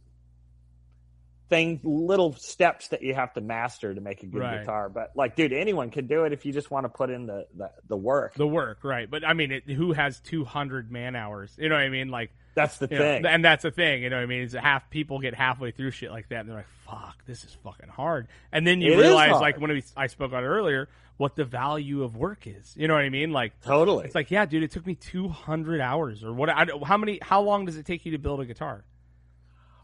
C: things, little steps that you have to master to make a good
B: Right.
C: guitar. But like, dude, anyone can do it if you just want to put in the the, the work.
B: the work, right? But I mean, it, who has two hundred man hours? You know what I mean? Like.
C: That's the
B: You know,
C: thing.
B: and that's the thing, you know. What I mean, is half people get halfway through shit like that, and they're like, "Fuck, this is fucking hard." And then you
C: It is
B: realize,
C: hard.
B: like when we, I spoke on earlier, what the value of work is. You know what I mean? Like
C: totally.
B: it's like, yeah, dude, it took me two hundred hours or what? I, don't- how many? How long does it take you to build a guitar?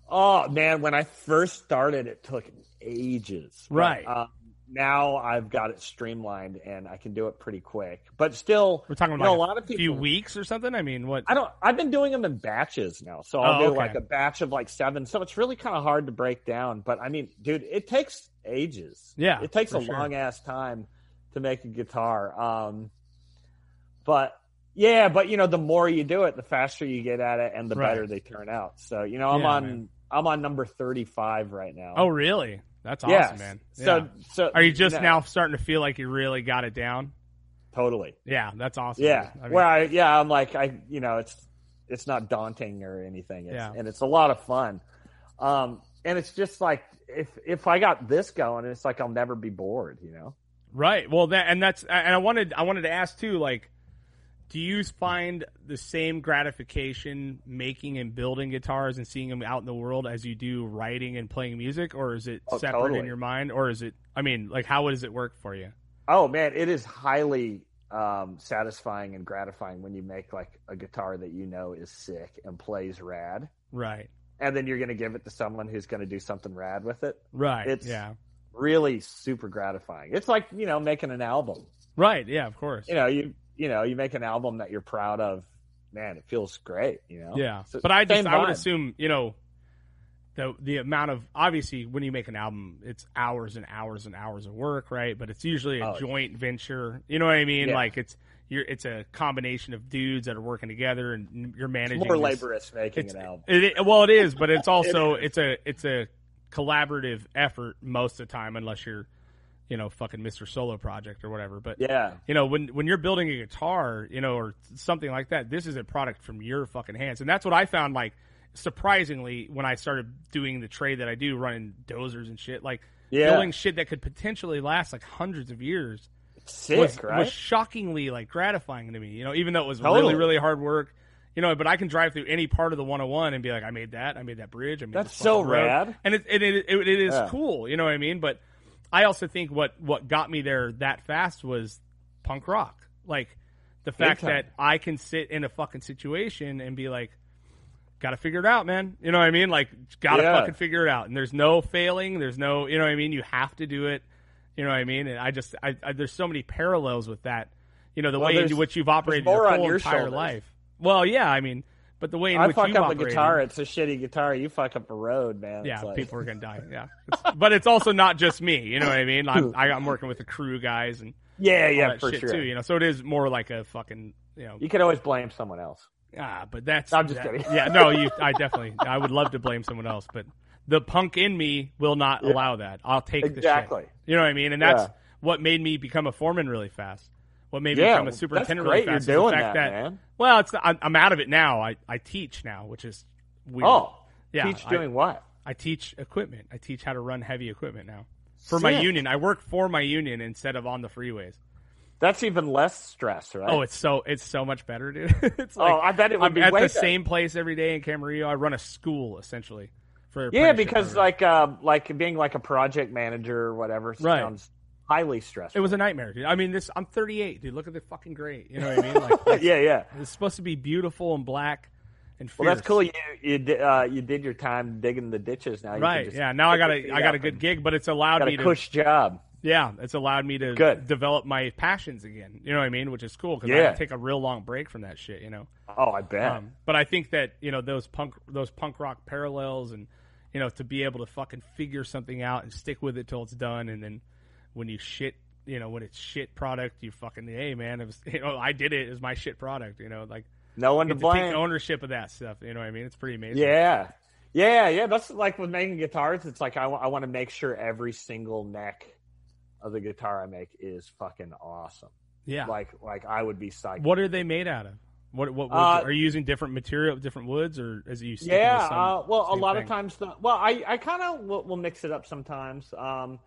C: Oh man, when I first started, it took ages. But,
B: Right.
C: um, now I've got it streamlined and I can do it pretty quick. But still,
B: We're talking
C: you
B: about
C: know,
B: like
C: a lot of
B: few
C: people.
B: weeks or something. I mean, what?
C: I don't. I've been doing them in batches now, so I'll
B: Oh,
C: do
B: okay.
C: like a batch of like seven. So it's really kind of hard to break down. But I mean, dude, it takes ages.
B: Yeah,
C: it takes
B: for
C: a
B: sure.
C: long ass time to make a guitar. Um, but yeah, but you know, the more you do it, the faster you get at it, and the
B: Right.
C: better they turn out. So you know, I'm
B: Yeah,
C: on
B: man.
C: I'm on number thirty five right now.
B: oh, really? That's awesome,
C: Yes.
B: man. Yeah.
C: So so
B: are you just
C: no,
B: now starting to feel like you really got it down?
C: totally?
B: Yeah, that's awesome.
C: Yeah.
B: man. I mean,
C: Where I yeah, I'm like I you know, it's it's not daunting or anything. It's,
B: Yeah.
C: and it's a lot of fun. Um and it's just like if if I got this going, it's like I'll never be bored, you know.
B: Right. Well, that and that's and I wanted I wanted to ask too. Like, do you find the same gratification making and building guitars and seeing them out in the world as you do writing and playing music, or is it
C: Oh,
B: separate in
C: totally.
B: your mind, or is it? I mean, like, how does it work for you?
C: Oh man, it is highly um satisfying and gratifying when you make like a guitar that you know is sick and plays rad.
B: Right.
C: And then you're going to give it to someone who's going to do something rad with it.
B: Right.
C: It's-
B: yeah.
C: Really super gratifying. It's like, you know, making an album.
B: Right. Yeah. Of course.
C: you know you you know you make an album that you're proud of man it feels great you know
B: Yeah,
C: Oh, So-
B: but I just
C: same
B: I would
C: vibe.
B: assume you know the the amount of obviously when you make an album, it's hours and hours and hours of work, right? But it's usually a
C: Oh, yeah.
B: joint venture. You know what I mean?
C: Yeah.
B: Like it's you're it's a combination of dudes that are working together, and you're managing
C: It's more
B: this-
C: laborious making
B: it's,
C: an album.
B: it- it- well, it is, but it's also it's a it's a collaborative effort most of the time, unless you're you know fucking Mr. Solo project or whatever. But
C: Yeah,
B: you know when when you're building a guitar, you know, or something like that, this is a product from your fucking hands, and that's what I found like surprisingly when I started doing the trade that I do, running dozers and shit, like
C: yeah,
B: building shit that could potentially last like hundreds of years
C: sick,
B: was,
C: right?
B: was shockingly like gratifying to me. You know, even though it was
C: Totally.
B: really really hard work. You know, but I can drive through any part of the 101 and be like, I made that, I made that bridge, I made
C: That's
B: this
C: so
B: fucking road.
C: rad.
B: and it it, it, it, it is
C: Yeah.
B: cool. You know what I mean? But I also think what what got me there that fast was punk rock, like the fact
C: time.
B: that I can sit in a fucking situation and be like. Gotta figure it out, man. You know what I mean? Like, gotta
C: Yeah.
B: fucking figure it out. And there's no failing. There's no, you know what I mean? You have to do it. You know what I mean? And I just, I, I there's so many parallels with that. You know, the
C: Well,
B: way
C: there's-
B: in which you've operated
C: more
B: your
C: on
B: whole
C: your
B: entire
C: shoulders.
B: life. Well, yeah, I mean, but the way in
C: I
B: which
C: fuck
B: you've
C: up a
B: operated,
C: guitar. It's a shitty guitar. You fuck up a road, man.
B: yeah,
C: It's like-
B: people are gonna die. Yeah, It's- but it's also not just me. You know what I mean? I'm, I, I'm working with the crew guys and
C: Yeah,
B: all
C: yeah,
B: that
C: for
B: shit
C: sure.
B: too. You know, so it is more like a fucking, you know,
C: You can always blame someone else.
B: Ah, but that's.
C: I'm just
B: that-
C: kidding.
B: Yeah, no, you. I definitely. I would love to blame someone else, but the punk in me will not
C: Yeah.
B: allow that. I'll take
C: Exactly.
B: The shit. You know what I mean? And that's
C: Yeah.
B: what made me become a foreman really fast. What made me
C: yeah,
B: become a superintendent
C: that's great.
B: really fast
C: You're
B: is
C: doing
B: the fact
C: that,
B: that.
C: man.
B: Well, it's. I'm, I'm out of it now. I I teach now, which is weird.
C: Oh,
B: yeah.
C: teach
B: I,
C: doing what?
B: I teach equipment. I teach how to run heavy equipment now for my
C: Sick.
B: union. I work for my union instead of on the freeways.
C: That's even less stress, right?
B: Oh, it's so it's so much better, dude. it's
C: Oh,
B: like
C: I bet it would
B: I'm
C: be
B: at
C: way
B: the
C: better.
B: same place every day in Camarillo. I run a school essentially for
C: Yeah,
B: apprenticeship
C: because
B: programs.
C: like uh, like being like a project manager or whatever
B: Right.
C: sounds highly stressful.
B: it was a nightmare, dude. I mean, this I'm 38, dude. Look at the fucking gray. You know what I mean? Like that's-
C: yeah, yeah.
B: it's supposed to be beautiful and black and fierce.
C: Well, that's cool. You you di- uh, you did your time digging the ditches. Now, you can
B: Right?
C: just
B: Yeah. Now I
C: stick
B: got
C: your feet
B: a I got a
C: up
B: good
C: and
B: gig, but it's allowed
C: got
B: me
C: a
B: to
C: cush job.
B: yeah, it's allowed me to
C: Good.
B: develop my passions again. You know what I mean? Which is cool because I
C: Yeah.
B: had to take a real long break from that shit. You know.
C: Oh, I bet.
B: Um, but I think that you know those punk those punk rock parallels and you know to be able to fucking figure something out and stick with it till it's done and then when you shit you know when it's shit product you fucking hey man it was you know I did it it was my shit product you know like
C: no one
B: you
C: to
B: have to take
C: blame.
B: ownership of that stuff you know what I mean it's pretty amazing
C: Yeah, yeah, yeah. That's like with making guitars. It's like I want to make sure every single neck of the guitar I make is fucking awesome.
B: yeah
C: Like like I would be psyched.
B: what are they made out of what what woods,
C: Uh,
B: are you using different material different woods or is it you sticking
C: yeah
B: with some,
C: uh, well a
B: same
C: lot
B: thing?
C: of times the, well i i kind of will, will mix it up sometimes um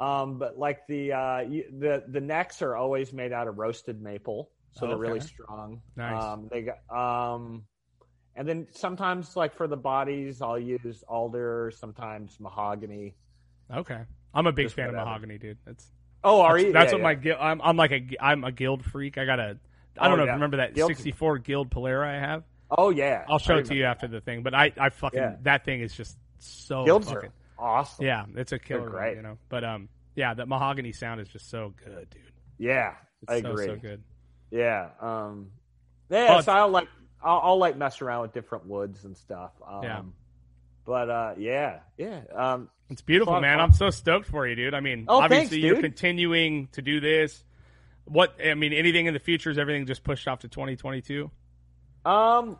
C: um but like the uh you, the the necks are always made out of roasted maple so they're really
B: Okay.
C: strong
B: Nice.
C: um they got um and then sometimes like for the bodies i'll use alder sometimes mahogany
B: okay I'm a big
C: Just
B: fan of
C: whatever.
B: mahogany dude that's
C: oh are
B: That's,
C: you
B: that's
C: Yeah,
B: what
C: yeah.
B: my guild. I'm, I'm like a. gu- I'm a guild freak. I got a. I
C: Oh,
B: don't know. if you
C: yeah.
B: Remember that
C: Guild-
B: 64 guild Polera I have?
C: oh yeah
B: I'll show
C: I
B: it to you after the thing. But I, I fucking
C: Yeah.
B: that thing is just so
C: remember. guilds
B: fucking.
C: are awesome
B: Yeah, it's a killer.
C: great.
B: one, You know, but um, yeah, that mahogany sound is just so good, dude.
C: yeah
B: It's
C: i
B: so,
C: agree
B: So good.
C: Yeah. Um, yeah.
B: Well,
C: so I'll like I'll, I'll like mess around with different woods and stuff. Um,
B: Yeah.
C: But uh, yeah, yeah. Um,
B: It's beautiful,
C: Fuck,
B: man.
C: fuck.
B: I'm so stoked for you, dude. I mean,
C: Oh,
B: obviously
C: thanks,
B: you're
C: dude.
B: continuing to do this. What I mean, anything in the future is everything just pushed off to 2022.
C: um,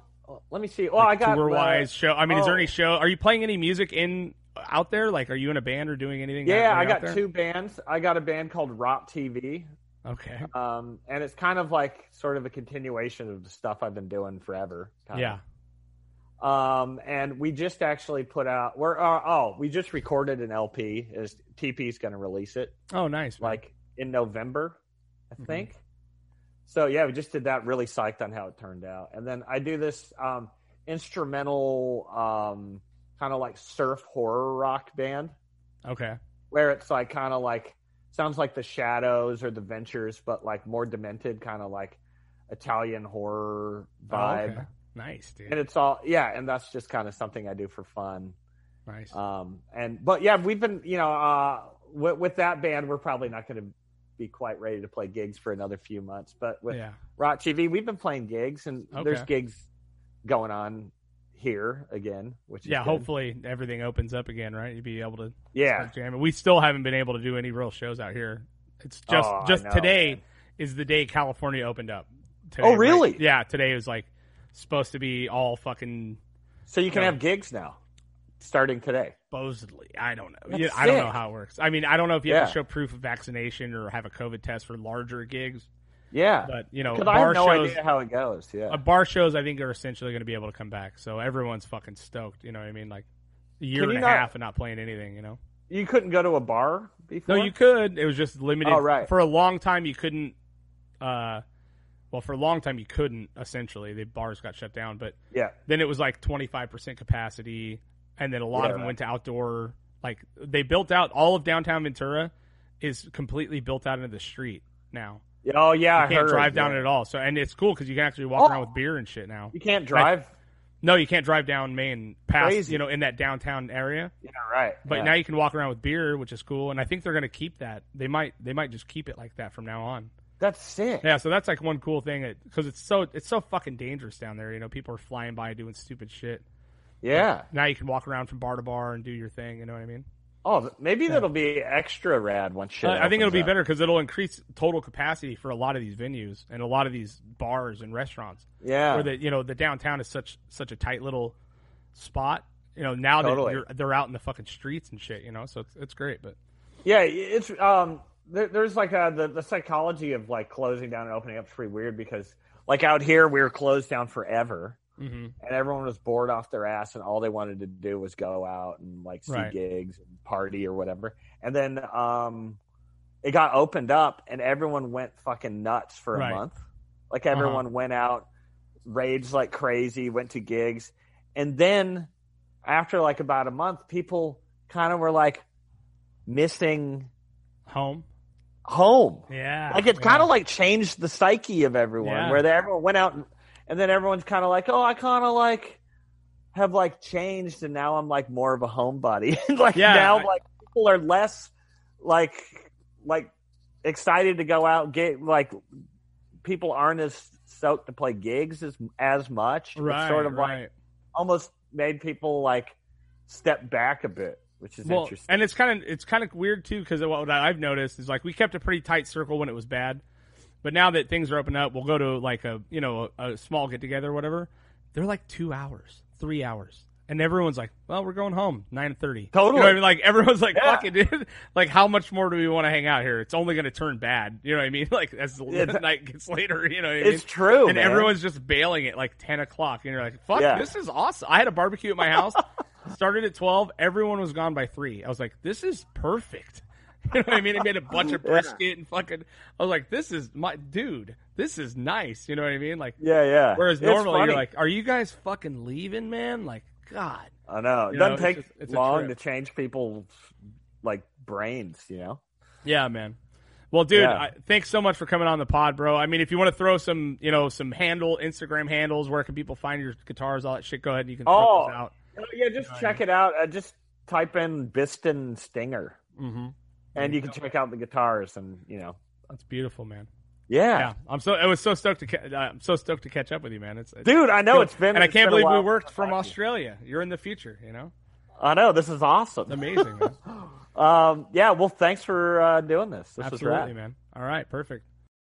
C: let me see. Well, I got uh,
B: tour wise show. I mean, is there
C: oh.
B: any show? Are you playing any music in out there? Like, are you in a band or doing anything?
C: Yeah,
B: out-
C: I
B: out
C: got
B: there?
C: two bands. I got a band called Rot TV,
B: Okay.
C: um, and it's kind of like sort of a continuation of the stuff I've been doing forever. kind of.
B: Yeah.
C: Um, and we just actually put out. We're uh, oh, we just recorded an LP. Is TP's going to release it?
B: Oh, nice. man.
C: like in November, I
B: Mhm.
C: think. So yeah, we just did that. Really psyched on how it turned out. And then I do this um, instrumental, um, kind of like surf horror rock band,
B: okay.
C: where it's like kind of like sounds like the Shadows or the Ventures, but like more demented, kind of like Italian horror
B: Oh,
C: vibe.
B: okay. Nice,
C: And
B: dude.
C: it's all yeah, and that's just kind of something I do for fun.
B: Nice.
C: Um, and but yeah, we've been you know uh, with, with that band, we're probably not going to be quite ready to play gigs for another few months. But with
B: yeah.
C: Rot TV, we've been playing gigs, and
B: Okay.
C: there's gigs going on here again, which
B: yeah,
C: is good.
B: hopefully everything opens up again, right? You'd be able to
C: yeah,
B: start jamming. We still haven't been able to do any real shows out here. It's just
C: Oh, I
B: just
C: know,
B: today
C: man.
B: is the day California opened up. Today,
C: Oh,
B: right?
C: really?
B: Yeah, today was like supposed to be all fucking
C: So you can
B: Yeah.
C: have gigs now, starting today.
B: supposedly. I don't know.
C: That's
B: Yeah, I don't know
C: sick.
B: how it works. I mean, I don't know if you have to
C: Yeah.
B: show proof of vaccination or have a COVID test for larger gigs,
C: Yeah,
B: but you know,
C: because I
B: bar
C: have no
B: shows.
C: idea how it goes. Yeah,
B: uh, bar shows, I think, are essentially going to be able to come back. So everyone's fucking stoked. You know what I mean? Like a year
C: Can
B: and
C: you
B: a
C: not-
B: half and not playing anything. You know?
C: you couldn't go to a bar before.
B: No, you could. It was just limited.
C: Oh, right.
B: For a long time, you couldn't. Uh, well, for a long time, you couldn't. Essentially, the bars got shut down. But
C: Yeah,
B: then it was like twenty five percent capacity, and then a lot
C: Yeah,
B: of them
C: right.
B: went to outdoor. Like they built out all of downtown Ventura is completely built out into the street now.
C: Oh yeah, I
B: You can't
C: heard,
B: drive down
C: yeah.
B: it at all. So and it's cool because you can actually walk
C: Oh.
B: around with beer and shit now.
C: You can't drive.
B: No, you can't drive down Main past
C: Crazy.
B: you know in that downtown area.
C: yeah, right.
B: But
C: yeah.
B: now you can walk around with beer, which is cool. And I think they're going to keep that. They might they might just keep it like that from now on.
C: that's sick.
B: Yeah, so that's like one cool thing because it's so it's so fucking dangerous down there. You know, people are flying by doing stupid shit.
C: Yeah.
B: Now you can walk around from bar to bar and do your thing. You know what I mean?
C: Oh, th- maybe that'll be extra rad once shit.
B: Uh, I think it'll
C: opens
B: be
C: up.
B: better because it'll increase total capacity for a lot of these venues and a lot of these bars and restaurants.
C: Yeah.
B: Where the you know the downtown is such such a tight little spot. You know now
C: Totally.
B: that you're, they're out in the fucking streets and shit. You know, so it's, it's great. But
C: Yeah, it's um. There, there's like a, the the psychology of like closing down and opening up is pretty weird because like out here we were closed down forever
B: mm-hmm.
C: and everyone was bored off their ass and all they wanted to do was go out and like see
B: Right.
C: gigs and party or whatever. And then um, it got opened up and everyone went fucking nuts for a
B: Right. Uh-huh.
C: month. Like everyone went out, raged like crazy, went to gigs, and then after like about a month, people kind of were like missing
B: home.
C: home.
B: Yeah,
C: Like it kind of like changed the psyche of everyone,
B: Yeah.
C: where they, everyone went out and, and then everyone's kind of like, oh, I kind of like have like changed, and now I'm like more of a homebody. like
B: Yeah,
C: now,
B: I-
C: like people are less like like excited to go out get like people aren't as stoked to play gigs as as much.
B: right,
C: it's sort of like
B: right.
C: almost made people like step back a bit, which is
B: well,
C: interesting.
B: and it's kind of it's kind of weird too because what I've noticed is like we kept a pretty tight circle when it was bad, but now that things are open up, we'll go to like a you know a, a small get together or whatever. They're like two hours, three hours, and everyone's like, "Well, we're going home nine thirty.
C: Totally.
B: you know what I mean? like everyone's like,
C: Yeah.
B: "Fuck it, dude! Like, how much more do we want to hang out here? It's only going to turn bad. You know what I mean? Like as the
C: Yeah, that-
B: night gets later, you know what I mean?
C: It's true,
B: and
C: man.
B: everyone's just bailing at like 10 o'clock and you're like fuck
C: Yeah.
B: this is awesome i had a barbecue at my house started at 12 everyone was gone by 3 i was like this is perfect you know what i mean i made a bunch of
C: Yeah.
B: brisket and fucking i was like this is my dude this is nice you know what i mean like
C: yeah, yeah.
B: whereas
C: It's
B: normally
C: funny.
B: you're like are you guys fucking leaving man like god
C: I know. It
B: You know,
C: doesn't
B: it's
C: take
B: just- it's a
C: long to
B: trip.
C: change people's like brains, you know?
B: Yeah, man. Well, dude,
C: Yeah.
B: I, thanks so much for coming on the pod, bro. I mean, if you want to throw some, you know, some handle Instagram handles, where can people find your guitars, all that shit? Go ahead, you can throw
C: Oh.
B: those out.
C: yeah, just check it out. Uh, just type in Biston Stinger
B: Mm-hmm.
C: and you can check out the guitars and, you know.
B: That's beautiful, man.
C: Yeah.
B: Yeah, I'm so I was so stoked to ca- uh, I'm so stoked to catch up with you, man. It's, it's
C: Dude, I know
B: cool.
C: it's been
B: and I
C: it's
B: can't
C: been a
B: believe we
C: while
B: worked
C: since
B: from
C: I've talked to
B: Australia. You're in the future, you know.
C: you. I know this is awesome.
B: It's amazing. man.
C: Um yeah, well thanks for uh, doing this. This was
B: Absolutely,
C: rad.
B: man. All right, perfect.